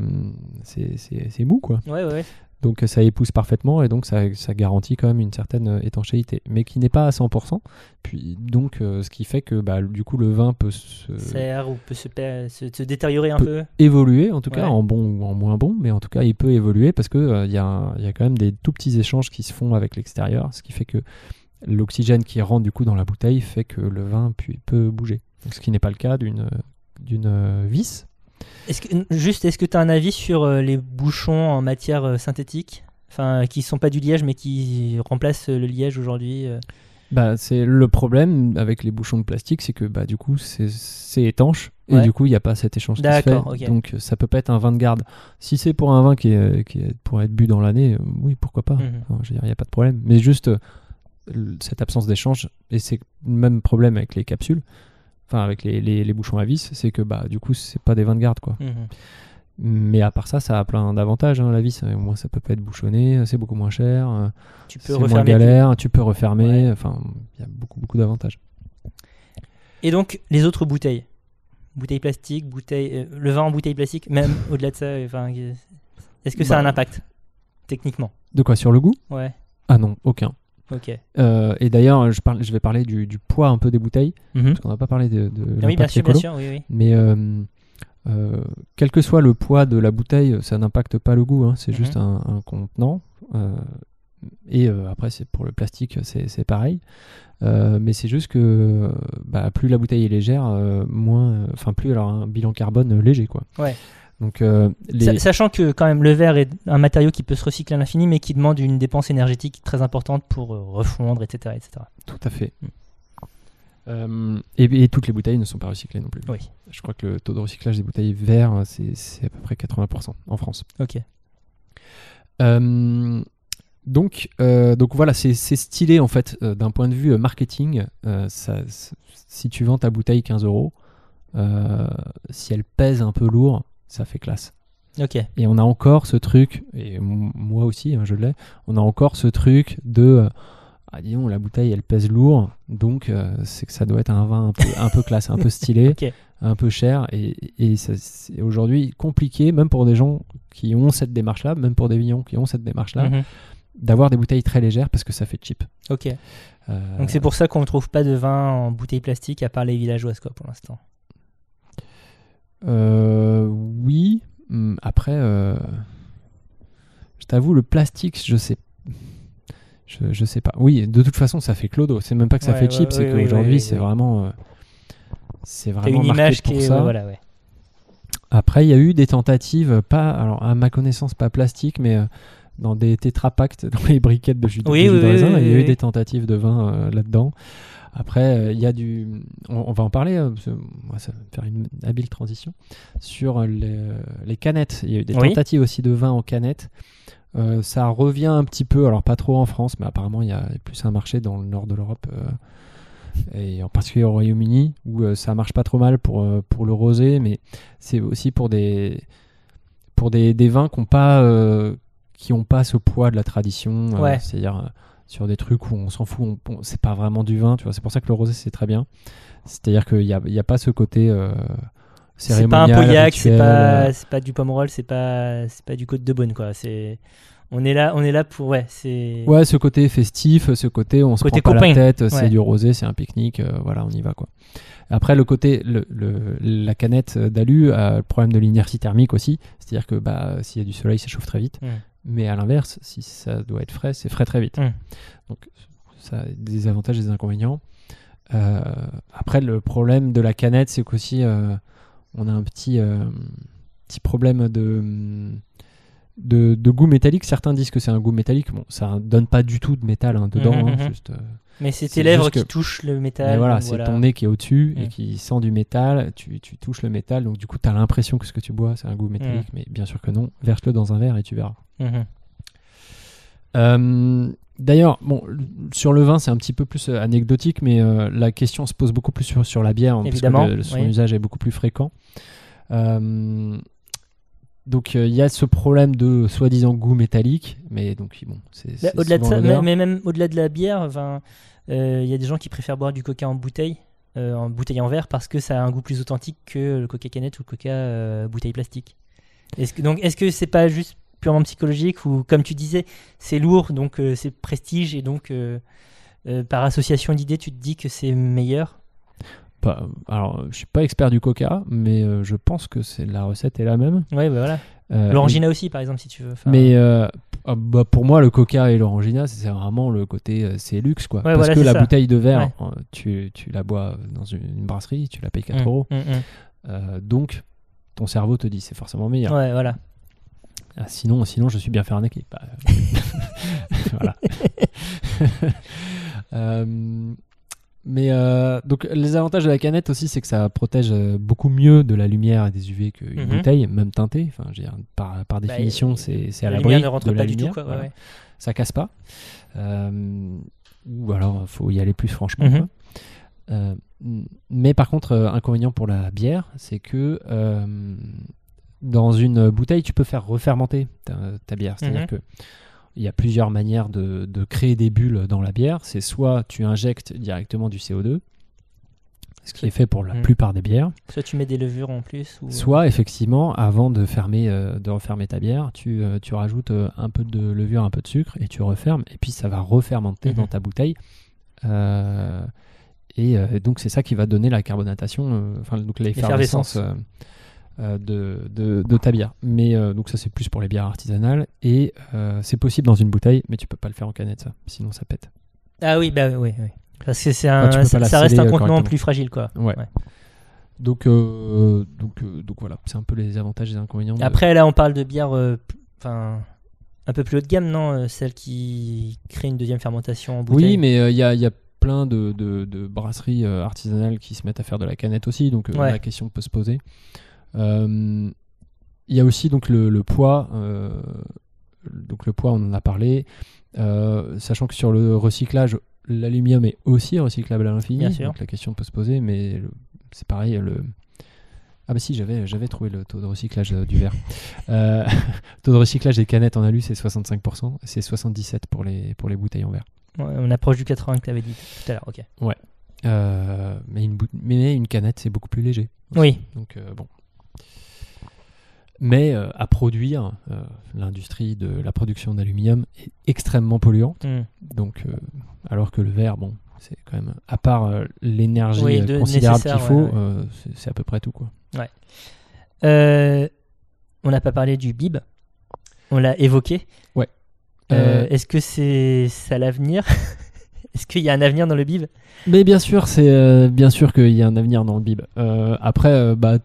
c'est- c'est c'est mou, quoi.
Ouais, ouais, ouais.
Donc euh, ça épouse parfaitement et donc ça, ça garantit quand même une certaine euh, étanchéité, mais qui n'est pas à 100%. Puis donc, euh, ce qui fait que bah, du coup, le vin peut se
serre ou peut se, per- se, se détériorer un
peut
peu.
évoluer, en tout cas,
Ouais.
en bon ou en moins bon, mais en tout cas, il peut évoluer parce qu'il y, a un- il y a quand même des tout petits échanges qui se font avec l'extérieur, ce qui fait que l'oxygène qui rentre du coup dans la bouteille fait que le vin pu- peut bouger. Donc, ce qui n'est pas le cas d'une d'une euh, vis.
Est-ce que, juste, est-ce que tu as un avis sur euh, les bouchons en matière euh, synthétique Enfin, qui sont pas du liège, mais qui remplacent euh, le liège aujourd'hui euh.
Bah, c'est le problème avec les bouchons de plastique, c'est que bah, du coup c'est- c'est étanche et
Ouais.
du coup il n'y a pas cet échange qui se fait.
D'accord, ok.
Donc ça peut pas être un vin de garde. Si c'est pour un vin qui, est, qui est- pourrait être bu dans l'année, euh, oui pourquoi pas.
Mhm.
Enfin, je veux dire il n'y a pas de problème. Mais juste euh, l- cette absence d'échange et c'est le même problème avec les capsules, enfin avec les, les- les bouchons à vis, c'est que bah du coup c'est pas des vins de garde quoi.
Mhm.
Mais à part ça, ça a plein d'avantages. hein, la vis, au moins ça peut pas être bouchonné, c'est beaucoup moins cher. euh,
Tu peux
c'est moins
refermer
galère, tu peux refermer, enfin, il y a beaucoup, beaucoup d'avantages.
Et donc, les autres bouteilles Bouteilles plastiques, bouteilles, euh, le vin en bouteille plastique, même au-delà de ça, euh, enfin, euh, est-ce que ça a
Bah.
un impact Techniquement.
De quoi Sur le goût
Ouais.
Ah non, aucun.
Ok.
Euh, et d'ailleurs, je, parle, je vais parler du, du poids un peu des bouteilles,
Mhm.
parce qu'on n'a pas parlé de, de
bien
l'impact
sûr, bien
écolo.
sûr, oui, oui.
Mais euh, euh, quel que soit le poids de la bouteille, ça n'impacte pas le goût, hein, c'est
Mhm.
juste un, un contenant. euh, et euh, après, c'est pour le plastique, c'est c'est pareil. Euh, mais c'est juste que euh, bah, plus la bouteille est légère, euh, moins, euh, enfin plus elle aura un bilan carbone euh, léger, quoi.
Ouais.
Donc euh, les...
Sa- Sachant que quand même le verre est un matériau qui peut se recycler à l'infini, mais qui demande une dépense énergétique très importante pour euh, refondre, etc., etc.
Tout à fait. Euh, et, et toutes les bouteilles ne sont pas recyclées non plus.
Oui.
Je crois que le taux de recyclage des bouteilles vertes, c'est c'est à peu près 80% en France.
Ok.
Euh, donc, euh, donc voilà, c'est c'est stylé en fait euh, d'un point de vue euh, marketing. euh, ça- c- si tu vends ta bouteille 15 euros, euh, si elle pèse un peu lourd, ça fait classe.
Ok.
Et on a encore ce truc, et m- moi aussi, hein, je l'ai, on a encore ce truc de. euh, ah, disons, la bouteille, elle pèse lourd, donc euh, c'est que ça doit être un vin un peu, un peu classe, un peu stylé,
Ok.
un peu cher. Et, et ça, c'est aujourd'hui compliqué, même pour des gens qui ont cette démarche-là, même pour des vignons qui ont cette démarche-là,
Mhm.
d'avoir des bouteilles très légères parce que ça fait cheap.
Ok.
Euh,
Donc c'est pour ça qu'on ne trouve pas de vin en bouteille plastique à part les villageoises quoi pour l'instant.
Euh, oui. Hum, Après, euh, je t'avoue, le plastique, je sais. Je, je sais pas. Oui, de toute façon, ça fait clodo. C'est même pas que ça
Ouais,
fait
ouais,
cheap, c'est
oui, oui,
qu'aujourd'hui,
oui, oui,
c'est
oui.
vraiment. euh, c'est
T'as
vraiment
une
marqué
image
pour
qui est
ça.
ouais, voilà ouais.
Après, il y a eu des tentatives, euh, pas, alors à ma connaissance, pas plastique, mais euh, dans des tétrapactes, dans les briquettes de jus de,
Oui,
de jus
oui,
de
oui,
raisin, il
oui,
y a
oui,
eu
oui.
des tentatives de vin euh, là-dedans. Après, euh, il y a du. On, on va en parler, euh, parce que moi, ça va me faire une habile transition. Sur euh, les, euh, les canettes, il y a eu des
Oui.
tentatives aussi de vin en canette. Euh, ça revient un petit peu, alors pas trop en France, mais apparemment il y a plus un marché dans le nord de l'Europe, euh, et en particulier au Royaume-Uni, où euh, ça marche pas trop mal pour, euh, pour le rosé, mais c'est aussi pour des, pour des, des vins qui n'ont pas, euh, qui ont pas ce poids de la tradition, euh,
Ouais.
c'est-à-dire euh, sur des trucs où on s'en fout, on- on- c'est pas vraiment du vin, tu vois. C'est pour ça que le rosé c'est très bien, c'est-à-dire qu'il n'y a, il y a pas ce côté euh,
C'est pas un
cérémonial,
Pauillac, c'est
rituel, euh,
pas c'est pas du Pomerol, c'est pas c'est pas du Côte de Beaune quoi. C'est on est là on est là pour ouais c'est
Ouais, ce côté festif, ce côté on se
Côté
prend pas la
copain.
tête, c'est
Ouais.
du rosé, c'est un pique-nique, euh, voilà, on y va quoi. Après le côté, le, le- la canette d'alu a le problème de l'inertie thermique aussi, c'est-à-dire que bah s'il y a du soleil, ça chauffe très vite.
Mm.
Mais à l'inverse, si ça doit être frais, c'est frais très vite.
Mm.
Donc ça a des avantages et des inconvénients. Euh, après, le problème de la canette, c'est qu'aussi, euh, on a un petit, euh, petit problème de, de, de goût métallique. Certains disent que c'est un goût métallique. Bon, ça donne pas du tout de métal hein, dedans.
Mhm,
hein,
mhm.
juste, euh,
Mais c'est
c'est
tes lèvres
juste
qui
que-
touchent le
mais
métal.
voilà,
donc
c'est ton nez qui est au-dessus et qui sent du métal. Tu, tu touches le métal, donc du coup, tu as l'impression que ce que tu bois, c'est un goût métallique, mais bien sûr que non. Verse-le dans un verre et tu verras.
Mhm.
Euh, D'ailleurs, bon, l- sur le vin, c'est un petit peu plus euh, anecdotique, mais euh, la question se pose beaucoup plus sur, sur la bière, hein, puisque
Évidemment,
le- son
oui.
usage est beaucoup plus fréquent. Euh, donc, euh, il y a ce problème de soi-disant goût métallique, mais donc, bon, c'est.
Mais
c'est
Au-delà de
souvent
ça, mais,
l'odeur.
mais même au-delà de la bière, enfin, euh, il y a des gens qui préfèrent boire du coca en bouteille, euh, en bouteille en verre, parce que ça a un goût plus authentique que le coca canette ou le coca euh, bouteille plastique. Est-ce que, donc, est-ce que c'est pas juste purement psychologique ou, comme tu disais, c'est lourd, donc euh, c'est prestige, et donc euh, euh, par association d'idées, tu te dis que c'est meilleur
Pas- alors, je suis pas expert du coca, mais euh, je pense que c'est la recette est la même.
Ouais, bah voilà.
Euh,
L'orangina aussi, par exemple, si tu veux. Enfin, mm,
Mais euh, ah bah, pour moi, le coca et l'orangina, c'est vraiment le côté euh, c'est luxe quoi. Parce
voilà,
que
c'est
la
ça.
bouteille de verre,
Ouais.
euh, tu, tu la bois dans une, une brasserie, tu la payes 4
Mm,
euros.
mm, mm.
Euh, donc, ton cerveau te dit c'est forcément meilleur.
Ouais, voilà.
Ah, sinon, sinon, je suis bien fait arnaquer. Bah, voilà. Euh, mais euh, donc, les avantages de la canette aussi, c'est que ça protège euh, beaucoup mieux de la lumière et des UV qu'une
Mhm.
bouteille, même teintée. Enfin, je veux dire, par, par
Bah,
définition,
euh,
c'est c'est à
la
l'abri.
lumière ne rentre
de la
pas du tout,
lumière,
quoi, ouais,
voilà.
ouais.
Ça casse pas. Euh, ou alors, faut y aller plus franchement.
Mhm.
quoi. Euh, m- mais par contre, euh, inconvénient pour la bière, c'est que euh, dans une bouteille, tu peux faire refermenter ta, ta bière. C'est-à-dire
Mhm.
que il y a plusieurs manières de, de créer des bulles dans la bière. C'est soit tu injectes directement du CO2, ce qui est fait pour la
Mhm.
plupart des bières.
Soit tu mets des levures en plus. Ou...
Soit effectivement, avant de fermer, euh, de refermer ta bière, tu, euh, tu rajoutes euh, un peu de levure, un peu de sucre, et tu refermes, et puis ça va refermenter
Mhm.
dans ta bouteille. Euh, et euh, donc c'est ça qui va donner la carbonatation, euh, enfin donc l'effervescence euh, euh, de, de, de ta bière. Mais euh, donc ça c'est plus pour les bières artisanales, et euh, c'est possible dans une bouteille, mais tu peux pas le faire en canette, ça, sinon ça pète.
Ah oui, bah oui, oui. Parce que c'est
Enfin,
un,
tu peux pas
ça,
la
ça reste
sceller,
un
euh,
contenant
correctement.
plus fragile, quoi.
Ouais.
Ouais.
Donc, euh, donc, euh, donc voilà, c'est un peu les avantages et les inconvénients. de-
Après, là, on parle de bière, euh, p- enfin, un peu plus haut de gamme, non euh, Celle qui crée une deuxième fermentation en bouteille.
Oui, mais euh, il y, a, y a plein de, de- de brasseries euh, artisanales qui se mettent à faire de la canette aussi, donc euh,
Ouais.
la question peut se poser. Euh, Il y a aussi donc le, le poids, euh, donc le poids on en a parlé, Euh, sachant que sur le recyclage, l'aluminium est aussi recyclable à l'infini,
Bien
donc
sûr.
la question peut se poser, mais le- c'est pareil le ah bah si j'avais j'avais trouvé le taux de recyclage euh, du verre. Euh, taux de recyclage des canettes en alu c'est 65%, c'est 77 pour les pour les bouteilles en verre.
Ouais, on approche du 80 que tu avais dit tout à l'heure, ok.
Ouais. Euh, mais, une bout- mais une canette, c'est beaucoup plus léger. aussi.
Oui.
Donc, euh, bon. Mais euh, à produire, euh, l'industrie de la production d'aluminium est extrêmement polluante.
Mm.
Donc, euh, alors que le verre, bon, c'est quand même, à part euh, l'énergie
Oui,
euh,
de-
considérable qu'il
nécessaire,
faut,
ouais, ouais.
euh, c'est- c'est à peu près tout, quoi.
Ouais. Euh, on n'a pas parlé du bib. On l'a évoqué.
Ouais.
Euh,
Euh,
Est-ce que c'est ça l'avenir Est-ce qu'il y a un avenir dans le bib
Mais bien sûr, c'est euh, bien sûr qu'il y a un avenir dans le bib. Euh, après, euh, bah,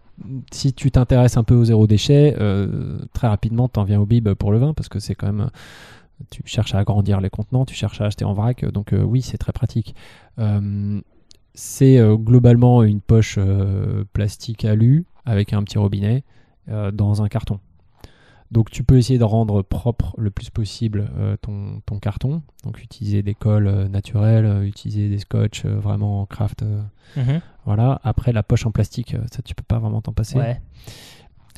si tu t'intéresses un peu au zéro déchet, euh, très rapidement, t'en viens au bib pour le vin parce que c'est quand même, euh, tu cherches à agrandir les contenants, tu cherches à acheter en vrac, euh, donc euh, oui, c'est très pratique. Euh, c'est euh, globalement une poche euh, plastique alu avec un petit robinet euh, dans un carton. Donc tu peux essayer de rendre propre le plus possible euh, ton, ton carton. Donc utiliser des colles euh, naturelles, euh, utiliser des scotch euh, vraiment en craft. euh,
Mhm.
Voilà. Après la poche en plastique, euh, ça tu peux pas vraiment t'en passer.
Ouais.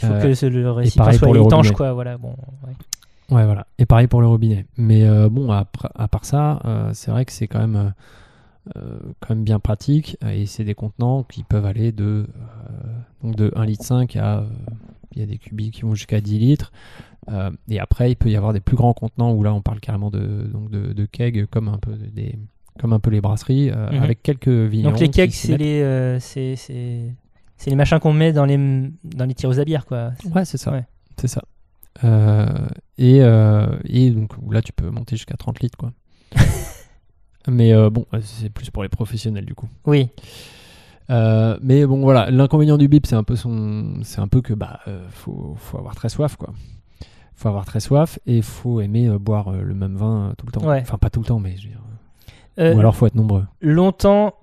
Il faut
Euh,
que ce- le récipient
pareil
soit
pour le
étanche,
robinet.
quoi. Voilà. Bon. ouais.
Ouais, voilà. Et pareil pour le robinet. Mais euh, bon, à, pr- à part ça, euh, c'est vrai que c'est quand même, euh, euh, quand même bien pratique. euh, Et c'est des contenants qui peuvent aller de, euh, donc de 1,5 litre à. euh, Il y a des cubiques qui vont jusqu'à 10 litres. Euh, et après, il peut y avoir des plus grands contenants où là, on parle carrément de, donc de, de kegs, comme un peu, des, comme un peu les brasseries, euh,
Mhm.
avec quelques vignerons.
Donc les
qui
kegs,
s'y
c'est
mettent.
les, euh, c'est, c'est- c'est les machins qu'on met dans les, dans les tirs aux bière, quoi.
Ouais, c'est ça.
Ouais.
C'est ça. Euh, et, euh, et donc là, tu peux monter jusqu'à 30 litres, quoi. Mais euh, bon, c'est plus pour les professionnels du coup.
Oui.
Euh, mais bon, voilà, l'inconvénient du bip, c'est un peu son, c'est un peu que bah euh, faut, faut avoir très soif quoi. Faut avoir très soif et faut aimer euh, boire euh, le même vin euh, tout le temps.
Ouais.
Enfin pas tout le temps, mais je veux dire,
Euh,
ou alors faut être nombreux.
Longtemps,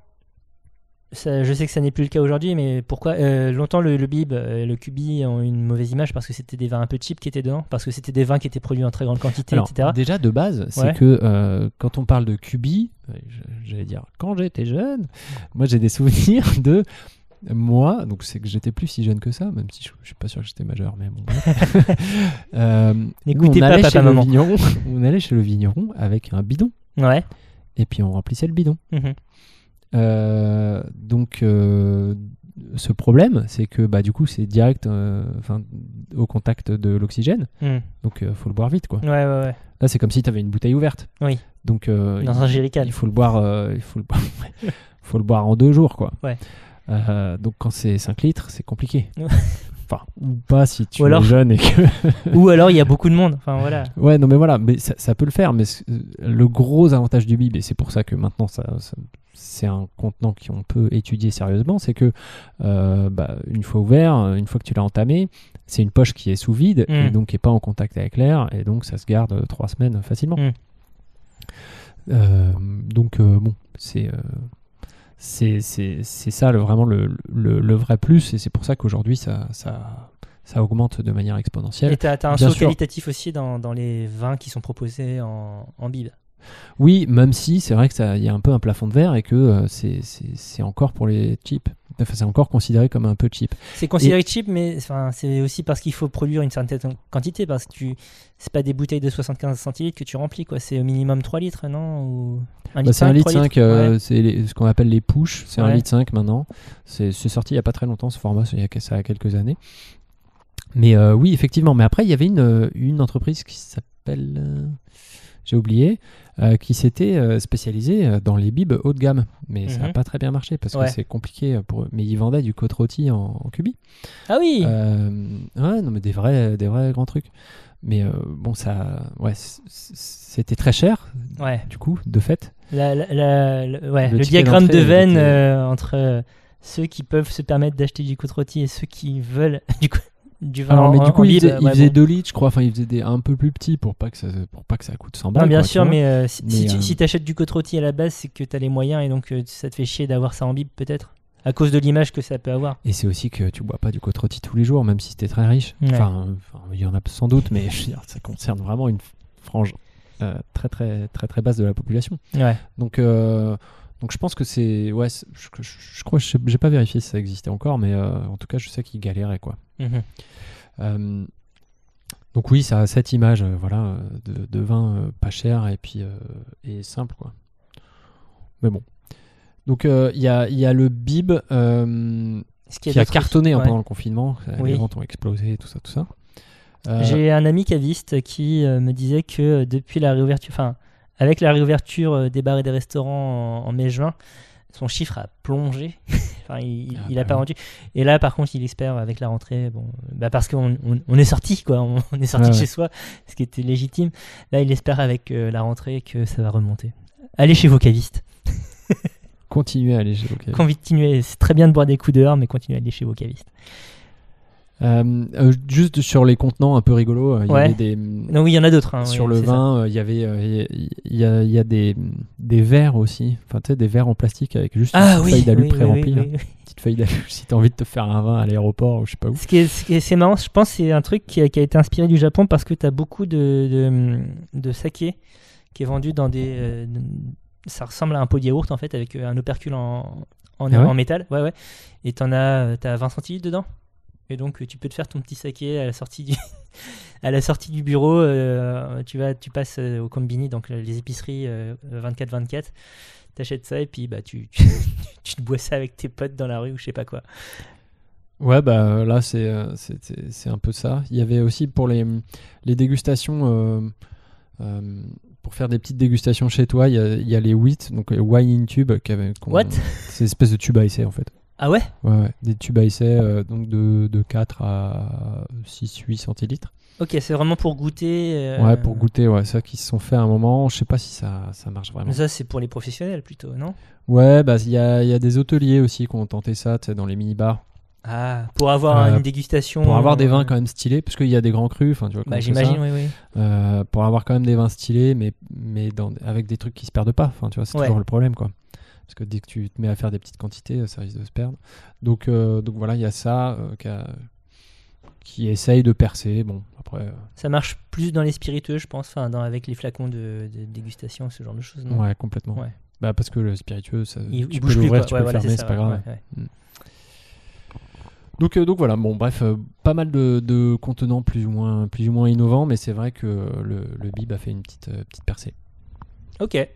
ça- je sais que ça n'est plus le cas aujourd'hui, mais pourquoi euh, Longtemps, le, le Bib et le Cubi ont une mauvaise image parce que c'était des vins un peu cheap qui étaient dedans, parce que c'était des vins qui étaient produits en très grande quantité,
Alors,
etc.
Déjà de base, c'est
Ouais.
que euh, quand on parle de Cubi, euh, je- j'allais dire quand j'étais jeune, moi j'ai des souvenirs de moi, donc c'est que j'étais plus si jeune que ça, même si je, je suis pas sûr que j'étais majeur, mais bon. bref. Euh, nous,
N'écoutez
on
pas
allait
papa,
chez le
maman.
vigneron- on allait chez le vigneron avec un bidon.
Ouais.
Et puis on remplissait le bidon.
Mhm.
Euh, donc euh, ce problème, c'est que bah du coup c'est direct, euh, enfin au contact de l'oxygène.
Mm.
Donc euh, faut le boire vite quoi.
Ouais, ouais, ouais.
Là, c'est comme si tu avais une bouteille ouverte.
Oui.
Donc, euh,
Dans
il-
un jerrycan.
Il faut le boire, euh, il faut le, boire- faut le boire en deux jours, quoi.
Ouais.
Euh, donc, quand c'est 5 litres, c'est compliqué.
Ouais.
enfin, ou pas si tu
Ou alors-
es jeune et que.
Ou alors il y a beaucoup de monde. Enfin voilà.
ouais, non, mais voilà, mais ça, ça peut le faire. Mais c'est- le gros avantage du bib, et c'est pour ça que maintenant, ça. ça- c'est un contenant qu'on peut étudier sérieusement, c'est que euh, bah, une fois ouvert, une fois que tu l'as entamé, c'est une poche qui est sous vide
Mm.
et donc qui n'est pas en contact avec l'air, et donc ça se garde euh, trois semaines facilement.
Mm.
Euh, donc euh, bon, c'est euh, c'est c'est- c'est ça le, vraiment le, le, le vrai plus et c'est pour ça qu'aujourd'hui ça, ça, ça augmente de manière
Et
exponentielle.
t'as t'as un
Bien
saut
sûr.
qualitatif aussi dans, dans les vins qui sont proposés en, en Bib.
Oui, même si c'est vrai que ça il y a un peu un plafond de verre et que euh, c'est- c'est c'est encore pour les cheap. Enfin, c'est encore considéré comme un peu cheap.
C'est considéré cheap, mais enfin, c'est aussi parce qu'il faut produire une certaine quantité, parce que tu, c'est pas des bouteilles de 75 centilitres que tu remplis, quoi. C'est au minimum 3 litres, non Ou un
Bah, c'est
cinq,
1,5 litre,
trois
cinq, euh, c'est les- ce qu'on appelle les pushes, c'est un
Ouais.
litre 5 maintenant. C'est c'est sorti il n'y a pas très longtemps ce format, c'est il y a que- ça a quelques années. Mais euh, oui, effectivement. Mais après, il y avait une, euh, une entreprise qui s'appelle. euh, J'ai oublié, euh, qui s'était euh, spécialisée euh, dans les bibs haut de gamme. Mais ça n'a
Mhm.
pas très bien marché parce
Ouais.
que c'est compliqué pour eux. Mais ils vendaient du côte rôti en, en cubi.
Ah oui
Euh, ouais, non, mais des vrais, des vrais grands trucs. Mais euh, bon, ça. Ouais, c- c- c'était très cher,
Ouais.
du coup, de fait.
La- la- la- le, ouais,
Le
le
ticket
diagramme de
d'entrée, il
veine
était-
euh, entre euh, ceux qui peuvent se permettre d'acheter du côte rôti et ceux qui veulent du, coup, du vin
Alors,
en,
mais du
en
coup, il
bib,
faisait, il
ouais,
faisait
bon.
2 litres, je crois. Enfin, il faisait des, un peu plus petit pour pas que ça, pour pas que ça coûte 100 balles.
Non, bien
quoi, tu
sûr,
vois.
mais, euh, si, si
Mais,
tu
euh,
achètes du côte rôti à la base, c'est que tu as les moyens et donc euh, ça te fait chier d'avoir ça en bib, peut-être À cause de l'image que ça peut avoir.
Et c'est aussi que tu bois pas du côte rôti tous les jours, même si t'es très riche.
Ouais.
Enfin, euh, enfin, il y en a sans doute, mais je veux dire, ça concerne vraiment une frange euh, très, très, très, très basse de la population.
Ouais.
Donc, euh, donc je pense que c'est. Ouais, c'est- je, je- je crois, je sais- j'ai pas vérifié si ça existait encore, mais euh, en tout cas, je sais qu'ils galéraient, quoi.
Mhm.
Euh, donc oui, ça a cette image, euh, voilà, euh, de, de vin euh, pas cher et puis euh, et simple quoi. Mais bon. Donc euh, il y, a, il y a le bib euh,
Est-ce qu'il y a
qui a
d'autres-
cartonné hein,
ouais.
pendant le confinement. Euh,
Oui.
Les ventes ont explosé, tout ça, tout ça. Euh,
J'ai un ami caviste qui euh, me disait que euh, depuis la réouverture, enfin, avec la réouverture euh, des bars et des restaurants en, en mai-juin, son chiffre a plongé. enfin, il n'a
Ah bah
pas
oui.
rendu. Et là, par contre, il espère avec la rentrée, bon, bah parce qu'on on, on est sorti, quoi. On, on est sorti
Ouais,
de chez
ouais.
soi, ce qui était légitime. Là, il espère avec euh, la rentrée que ça va remonter. Allez chez vos cavistes.
continuez à aller chez Jockey.
Continuez. C'est très bien de boire des coups dehors, mais continuez à aller chez vos cavistes.
Euh, euh, juste sur les contenants un peu rigolos, euh, il
Ouais.
y avait des,
Non, oui, il y en a d'autres. hein,
sur
oui,
le
c'est ça.
vin, euh, il y avait, euh, il y, a- il y a des, des verres aussi. Enfin, tu sais, des verres en plastique avec juste
Ah
une
oui,
feuille d'alu
oui, oui,
pré-remplie.
oui,
là.
oui, oui.
Petite feuille d'alu si t'as envie de te faire un vin à l'aéroport ou je sais pas où.
Ce qui est, ce qui est- c'est marrant, je pense, que c'est un truc qui a, qui a été inspiré du Japon parce que tu as beaucoup de, de, de saké qui est vendu dans des. euh, ça ressemble à un pot de yaourt en fait, avec euh, un opercule en, en,
Ah ouais
en métal. Ouais, ouais. Et t'en as, as 20 centilitres dedans. Et donc, euh, tu peux te faire ton petit saké à la sortie du. À la sortie du bureau, euh, tu, vas, tu passes euh, au combini, donc euh, les épiceries euh, 24-24, t'achètes ça et puis bah, tu, tu, tu te bois ça avec tes potes dans la rue ou je sais pas quoi.
Ouais, bah euh, là, c'est euh, c'est- c'est- c'est un peu ça. Il y avait aussi pour les, les dégustations, euh, euh, pour faire des petites dégustations chez toi, il y a, il y a les wheat, donc les wine in tube. qui avaient- qu'on-
What
C'est une espèce de tube à essai en fait.
Ah ouais
Ouais, ouais. Des tubes à essai, euh, donc de, de 4 à 6-8 centilitres.
Ok, c'est vraiment pour goûter. euh,
Ouais, pour goûter, ouais, ça qui se sont fait à un moment. Je sais pas si ça, ça marche vraiment.
Mais ça, c'est pour les professionnels plutôt, non
Ouais, bah il y a, il y a des hôteliers aussi qui ont tenté ça, tu sais, dans les mini-bars.
Ah, pour avoir
Euh,
une dégustation.
Pour avoir des
euh,
vins quand même stylés, parce qu'il y a des grands crus, enfin tu vois.
Bah,
comment c'est
j'imagine,
ça.
oui, oui.
Euh, pour avoir quand même des vins stylés, mais, mais dans, avec des trucs qui se perdent pas. Enfin, tu vois, c'est
Ouais.
toujours le problème, quoi. Parce que dès que tu te mets à faire des petites quantités, euh, ça risque de se perdre. Donc, euh, donc voilà, il y a ça euh, qui, a- qui essaye de percer. Bon, après, euh,
Ça marche plus dans les spiritueux, je pense, enfin, dans, avec les flacons de, de dégustation, ce genre de choses. non
ouais, complètement.
Mm. Ouais.
Bah, parce que le spiritueux, ça,
Il- il
tu peux
bouge plus,
l'ouvrir,
quoi.
tu peux
Ouais,
le
voilà,
fermer,
c'est
c'est
ça,
pas grave.
ouais, ouais.
Mm. Donc, euh, donc voilà, bon, bref, euh, pas mal de, de contenants plus ou moins, plus ou moins innovants, mais c'est vrai que le, le Bib a fait une petite, euh, petite percée.
Ok.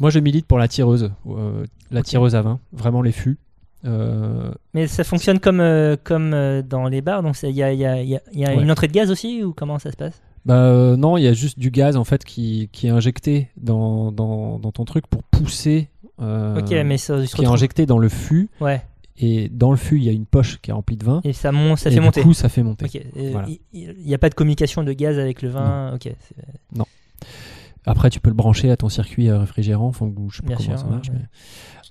Moi, je milite pour la tireuse, euh, la tireuse à vin, vraiment les fûts. Euh,
Mais ça fonctionne comme, euh, comme euh, dans les bars, donc c'est- il y a, il y a- il y a- il y a
Ouais.
une entrée de gaz aussi, ou comment ça se passe
bah, euh, non, il y a juste du gaz en fait qui, qui est injecté dans, dans, dans ton truc pour pousser. euh,
Ok, mais ça, il se
qui est
retrouve-
injecté dans le fût.
Ouais.
Et dans le fût, il y a une poche qui est remplie de vin.
Et ça, mon- ça
Et
fait
du
monter.
coup, ça fait monter.
Ok, euh,
Voilà.
il- Il n'y a pas de communication de gaz avec le vin. Ok. c'est-
Non. Après, tu peux le brancher à ton circuit euh, réfrigérant, enfin, ou je sais pas
Bien
comment
sûr,
ça
ouais,
marche.
ouais.
mais-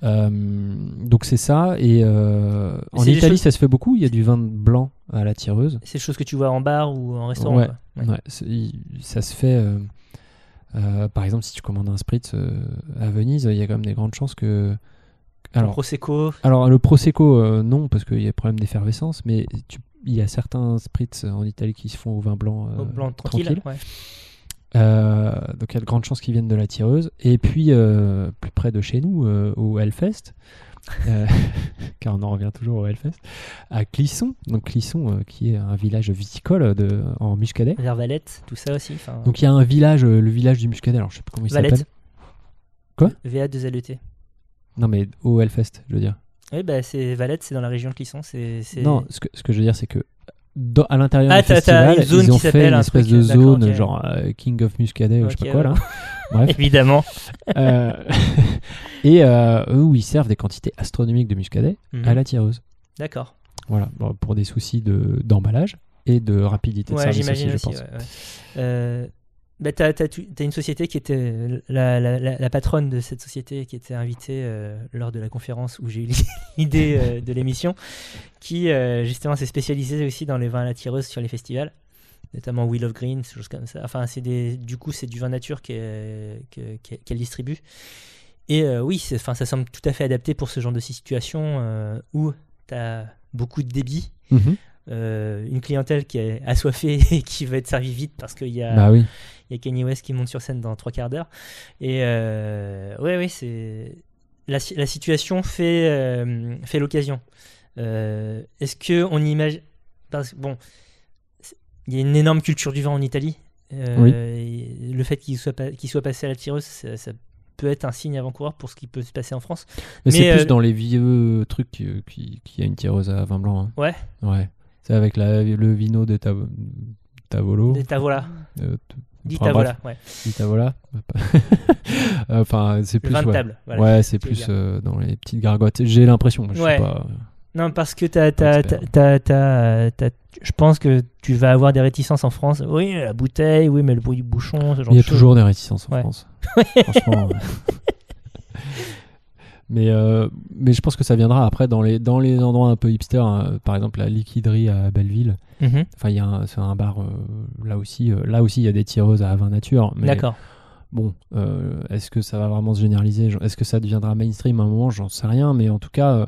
Euh, donc c'est ça. Et euh, en
C'est des
Italie,
choses-
ça se fait beaucoup. Il y a du vin blanc à la tireuse.
C'est des choses que tu vois en bar ou en restaurant.
Ouais,
quoi.
ouais, c'est- il- ça se fait. euh, euh, par exemple, si tu commandes un spritz euh, à Venise, il y a quand même des grandes chances que.
le prosecco.
Alors, le Prosecco, euh, non, parce qu'il y a problème d'effervescence, mais tu- il y a certains spritz en Italie qui se font au vin blanc, euh,
Au blanc tranquille, ouais.
Euh, donc, il y a de grandes chances qu'ils viennent de la tireuse. Et puis, euh, plus près de chez nous, euh, au Hellfest, euh, car on en revient toujours au Hellfest, à Clisson, donc Clisson, euh, qui est un village viticole de, en Muscadet.
Vers Valette, tout ça aussi. enfin,
Donc il y a un village, euh, le village du Muscadet, alors je sais plus comment il
Valette.
s'appelle. Quoi
VA2LET.
Non mais au Hellfest, je veux dire.
E Oui, bah, c'est Valette, c'est dans la région de Clisson. c'est- c'est-
Non, ce que, ce que je veux dire c'est que dans- à l'intérieur
Ah,
du
t'as- t'as
festival,
une zone
ils ont
qui
fait
s'appelle
une
un
espèce
truc,
de
d'accord,
zone
ok.
genre euh, King of Muscadet ou je sais pas
Ok,
quoi là.
ouais.
Bref.
Évidemment.
Euh, et euh, eux, où ils servent des quantités astronomiques de Muscadet
Mhm.
à la tireuse.
D'accord.
Voilà, bon, pour des soucis de- d'emballage et de rapidité de
Ouais,
service aussi,
j'imagine
je
aussi.
pense.
ouais, ouais. Euh, bah, t'as, t'as tu- t'as une société qui était euh, la, la- la- la patronne de cette société qui était invitée euh, lors de la conférence où j'ai eu l'idée euh, de l'émission, qui euh, justement s'est spécialisée aussi dans les vins à la tireuse sur les festivals, notamment Wheel of Green, ces choses comme ça. Enfin, c'est des, du coup, c'est du vin nature qu'elle, que- que- qu'elle distribue. Et euh, oui, c'est, enfin, ça semble tout à fait adapté pour ce genre de situation euh, où tu as beaucoup de débit.
Mhm.
Euh, une clientèle qui est assoiffée et qui veut être servie vite parce qu'il y, a-
Bah oui.
il y a Kanye West qui monte sur scène dans trois quarts d'heure. Et euh, ouais, ouais, c'est. La, si- la situation fait, euh, fait l'occasion. Euh, Est-ce que on imagine. Parce que bon, c'est- il y a une énorme culture du vin en Italie. Euh,
Oui.
et Le fait qu'il soit, pas- qu'il soit passé à la tireuse, ça, ça peut être un signe avant-coureur pour ce qui peut se passer en France.
Mais, c'est
euh,
plus dans les vieux trucs qui, qui, qui a une tireuse à vin blanc. hein.
Ouais.
Ouais. C'est avec la- le vino de Ta- Tavolo.
Des Tavola.
Euh, t-
Dit
enfin,
Tavola,
bref.
ouais.
Dit Tavola. enfin, c'est
Le
plus.
vin de
ouais.
table, voilà,
Ouais,
c'est ce
c'est
que je veux
plus euh, dans les petites gargotes. J'ai l'impression. moi, Je
Ouais.
sais pas.
Non, parce que
Pas
t'as, t'as-
expert.
t'as- t'as- euh, t'as- je pense que tu vas avoir des réticences en France. Oui, la bouteille, oui, mais le bruit du bouchon, ce genre
Il y a
de choses.
toujours des réticences en
Ouais.
France. Franchement. euh. mais, euh, mais je pense que ça viendra après dans les, dans les endroits un peu hipsters, hein, par exemple la liquiderie à Belleville.
Mhm.
Enfin, il y a un, c'est un bar euh, là aussi. euh, là aussi, il y a des tireuses à vin nature. mais
D'accord.
Bon, euh, est-ce que ça va vraiment se généraliser Est-ce que ça deviendra mainstream à un moment J'en sais rien, mais en tout cas, euh,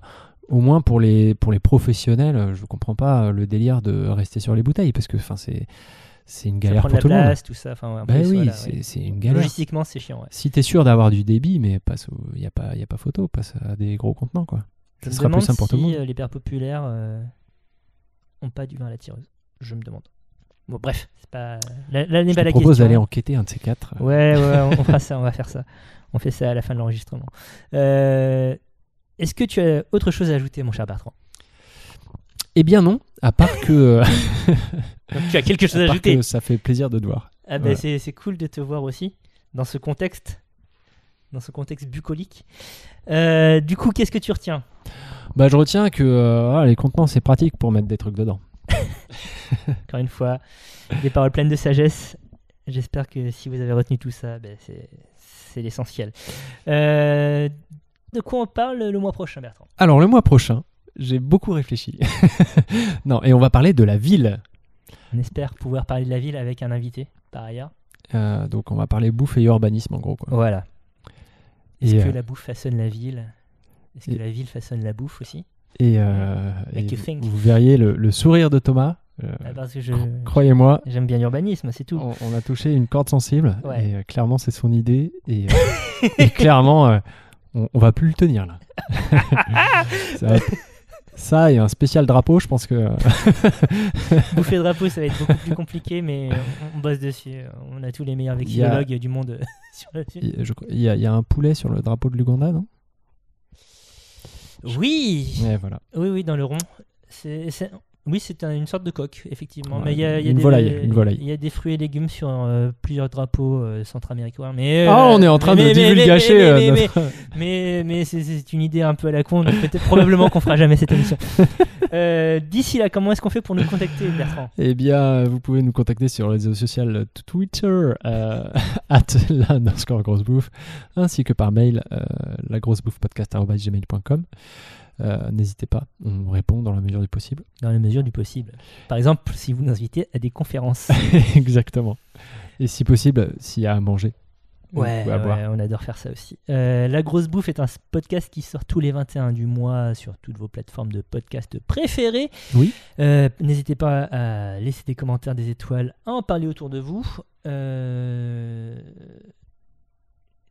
au moins pour les, pour les professionnels, euh, je ne comprends pas euh, le délire de rester sur les bouteilles, parce que enfin, c'est, c'est une
Ça
galère
prend
pour
de
tout
la
le monde.
place, tout ça. Enfin, ouais, en
Ben
plus,
oui,
voilà,
c'est,
oui.
c'est une galère.
Logistiquement, c'est chiant. ouais.
Si tu es sûr d'avoir du débit, mais il n'y a, pas- y a pas photo, passe à des gros contenants. Quoi.
Je
Ça
me
sera
demande
plus simple pour tout le
si,
monde.
euh, les pères populaires euh, ont pas du vin à la tireuse. Je me demande. Bon, bref, c'est pas. Là, là n'est
Je
pas
te
la
propose
question.
d'aller enquêter un de ces quatre.
Ouais, ouais, on, on fera ça, on va faire ça. On fait ça à la fin de l'enregistrement. Euh, Est-ce que tu as autre chose à ajouter, mon cher Bertrand
Eh bien non, à part que... euh,
Donc, tu as quelque chose à
part
ajouter.
que Ça fait plaisir de te voir.
Ah ben
Voilà.
c'est- c'est cool de te voir aussi dans ce contexte. dans ce contexte bucolique. Euh, du coup, qu'est-ce que tu retiens
Bah, je retiens que euh, ah, les contenants, c'est pratique pour mettre des trucs dedans.
Encore une fois, des paroles pleines de sagesse. J'espère que si vous avez retenu tout ça, ben, c'est- c'est l'essentiel. Euh, de quoi on parle le mois prochain, Bertrand
Alors, le mois prochain, j'ai beaucoup réfléchi. non, et on va parler de la ville.
On espère pouvoir parler de la ville avec un invité, par ailleurs.
Euh, donc, on va parler bouffe et urbanisme, en gros. Quoi.
Voilà. Est-ce
Et,
que
euh,
la bouffe façonne la ville Est-ce que
et-
la ville façonne la bouffe aussi
et, euh,
Make
et
you think.
vous verriez le, le sourire de Thomas. euh,
Ah, Parce que je
Croyez-moi,
j'aime bien l'urbanisme, c'est tout.
on, on a touché une corde sensible.
Ouais.
Et euh, clairement, c'est son idée. Et, euh, et clairement, euh, on, on va plus le tenir là. ça, va- ça et un spécial drapeau, je pense que. euh,
Bouffer de drapeau, ça va être beaucoup plus compliqué, mais on, on bosse dessus. On a tous les meilleurs
y a-
vexillologues du monde sur le sujet.
Il je crois- il y, a- il y a un poulet sur le drapeau de l'Ouganda, non
Oui
Ouais, voilà.
Oui, oui, dans le rond. C'est, c'est- Oui, c'est un- une sorte de coque, effectivement.
Ouais,
mais il y a, il y a
une
des,
volaille, une volaille.
Il y a des fruits et légumes sur euh, plusieurs drapeaux euh, centra-américains. Mais,
Ah,
euh,
on est en train de
mais- mais-
divulgacher,
mais-
euh,
mais- mais-
notre-
Mais, mais c'est, c'est une idée un peu à la con, donc peut-être probablement qu'on fera jamais cette émission. Euh, d'ici là, comment est-ce qu'on fait pour nous contacter, Bertrand
Eh bien, vous pouvez nous contacter sur les réseaux sociaux euh, Twitter, euh, at la underscore grosse bouffe, ainsi que par mail, euh, lagrossebouffepodcast.com. Euh, N'hésitez pas, on répond dans la mesure du possible.
Dans la mesure du possible. Par exemple, si vous nous invitez à des conférences.
Exactement. Et si possible, s'il y a à manger. ou
Ouais,
à
ouais,
boire.
on adore faire ça aussi. Euh, La Grosse Bouffe est un s- podcast qui sort tous les 21 du mois sur toutes vos plateformes de podcast préférées.
Oui.
Euh, N'hésitez pas à laisser des commentaires, des étoiles, à en parler autour de vous. Euh,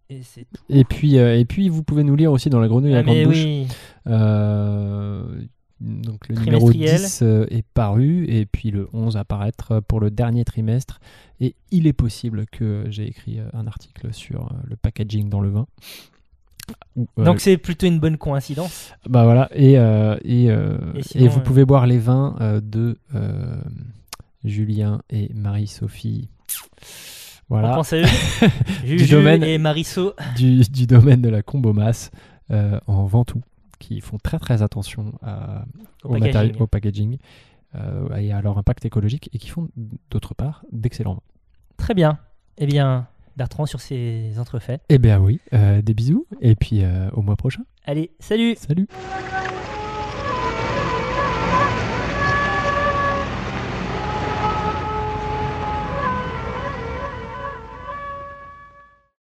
Et c'est tout.
Et puis, euh, et puis, vous pouvez nous lire aussi dans la grenouille à
Ah,
grande
mais
bouche.
oui,
Euh, donc le numéro
Trimestriel.
10 euh, est paru et puis le 11 apparaître euh, pour le dernier trimestre. Et il est possible que j'ai écrit euh, un article sur euh, le packaging dans le vin. Ou, euh,
Donc c'est plutôt une bonne coïncidence.
bah voilà et euh, et, euh,
Et
et,
sinon,
vous
euh,
pouvez boire les vins euh, de euh, Julien et Marie-Sophie.
On
Voilà
pense à eux. Juju
domaine.
et Marisso.
du, du domaine de la combomasse euh, en Ventoux, qui font très très attention à-
Au
au,
packaging.
matériel- au packaging euh, et à leur impact écologique, et qui font d'autre part d'excellents vins.
Très bien. Eh bien, Bertrand sur ses entrefaits.
Eh bien oui, euh, des bisous, et puis euh, au mois prochain.
Allez, salut
Salut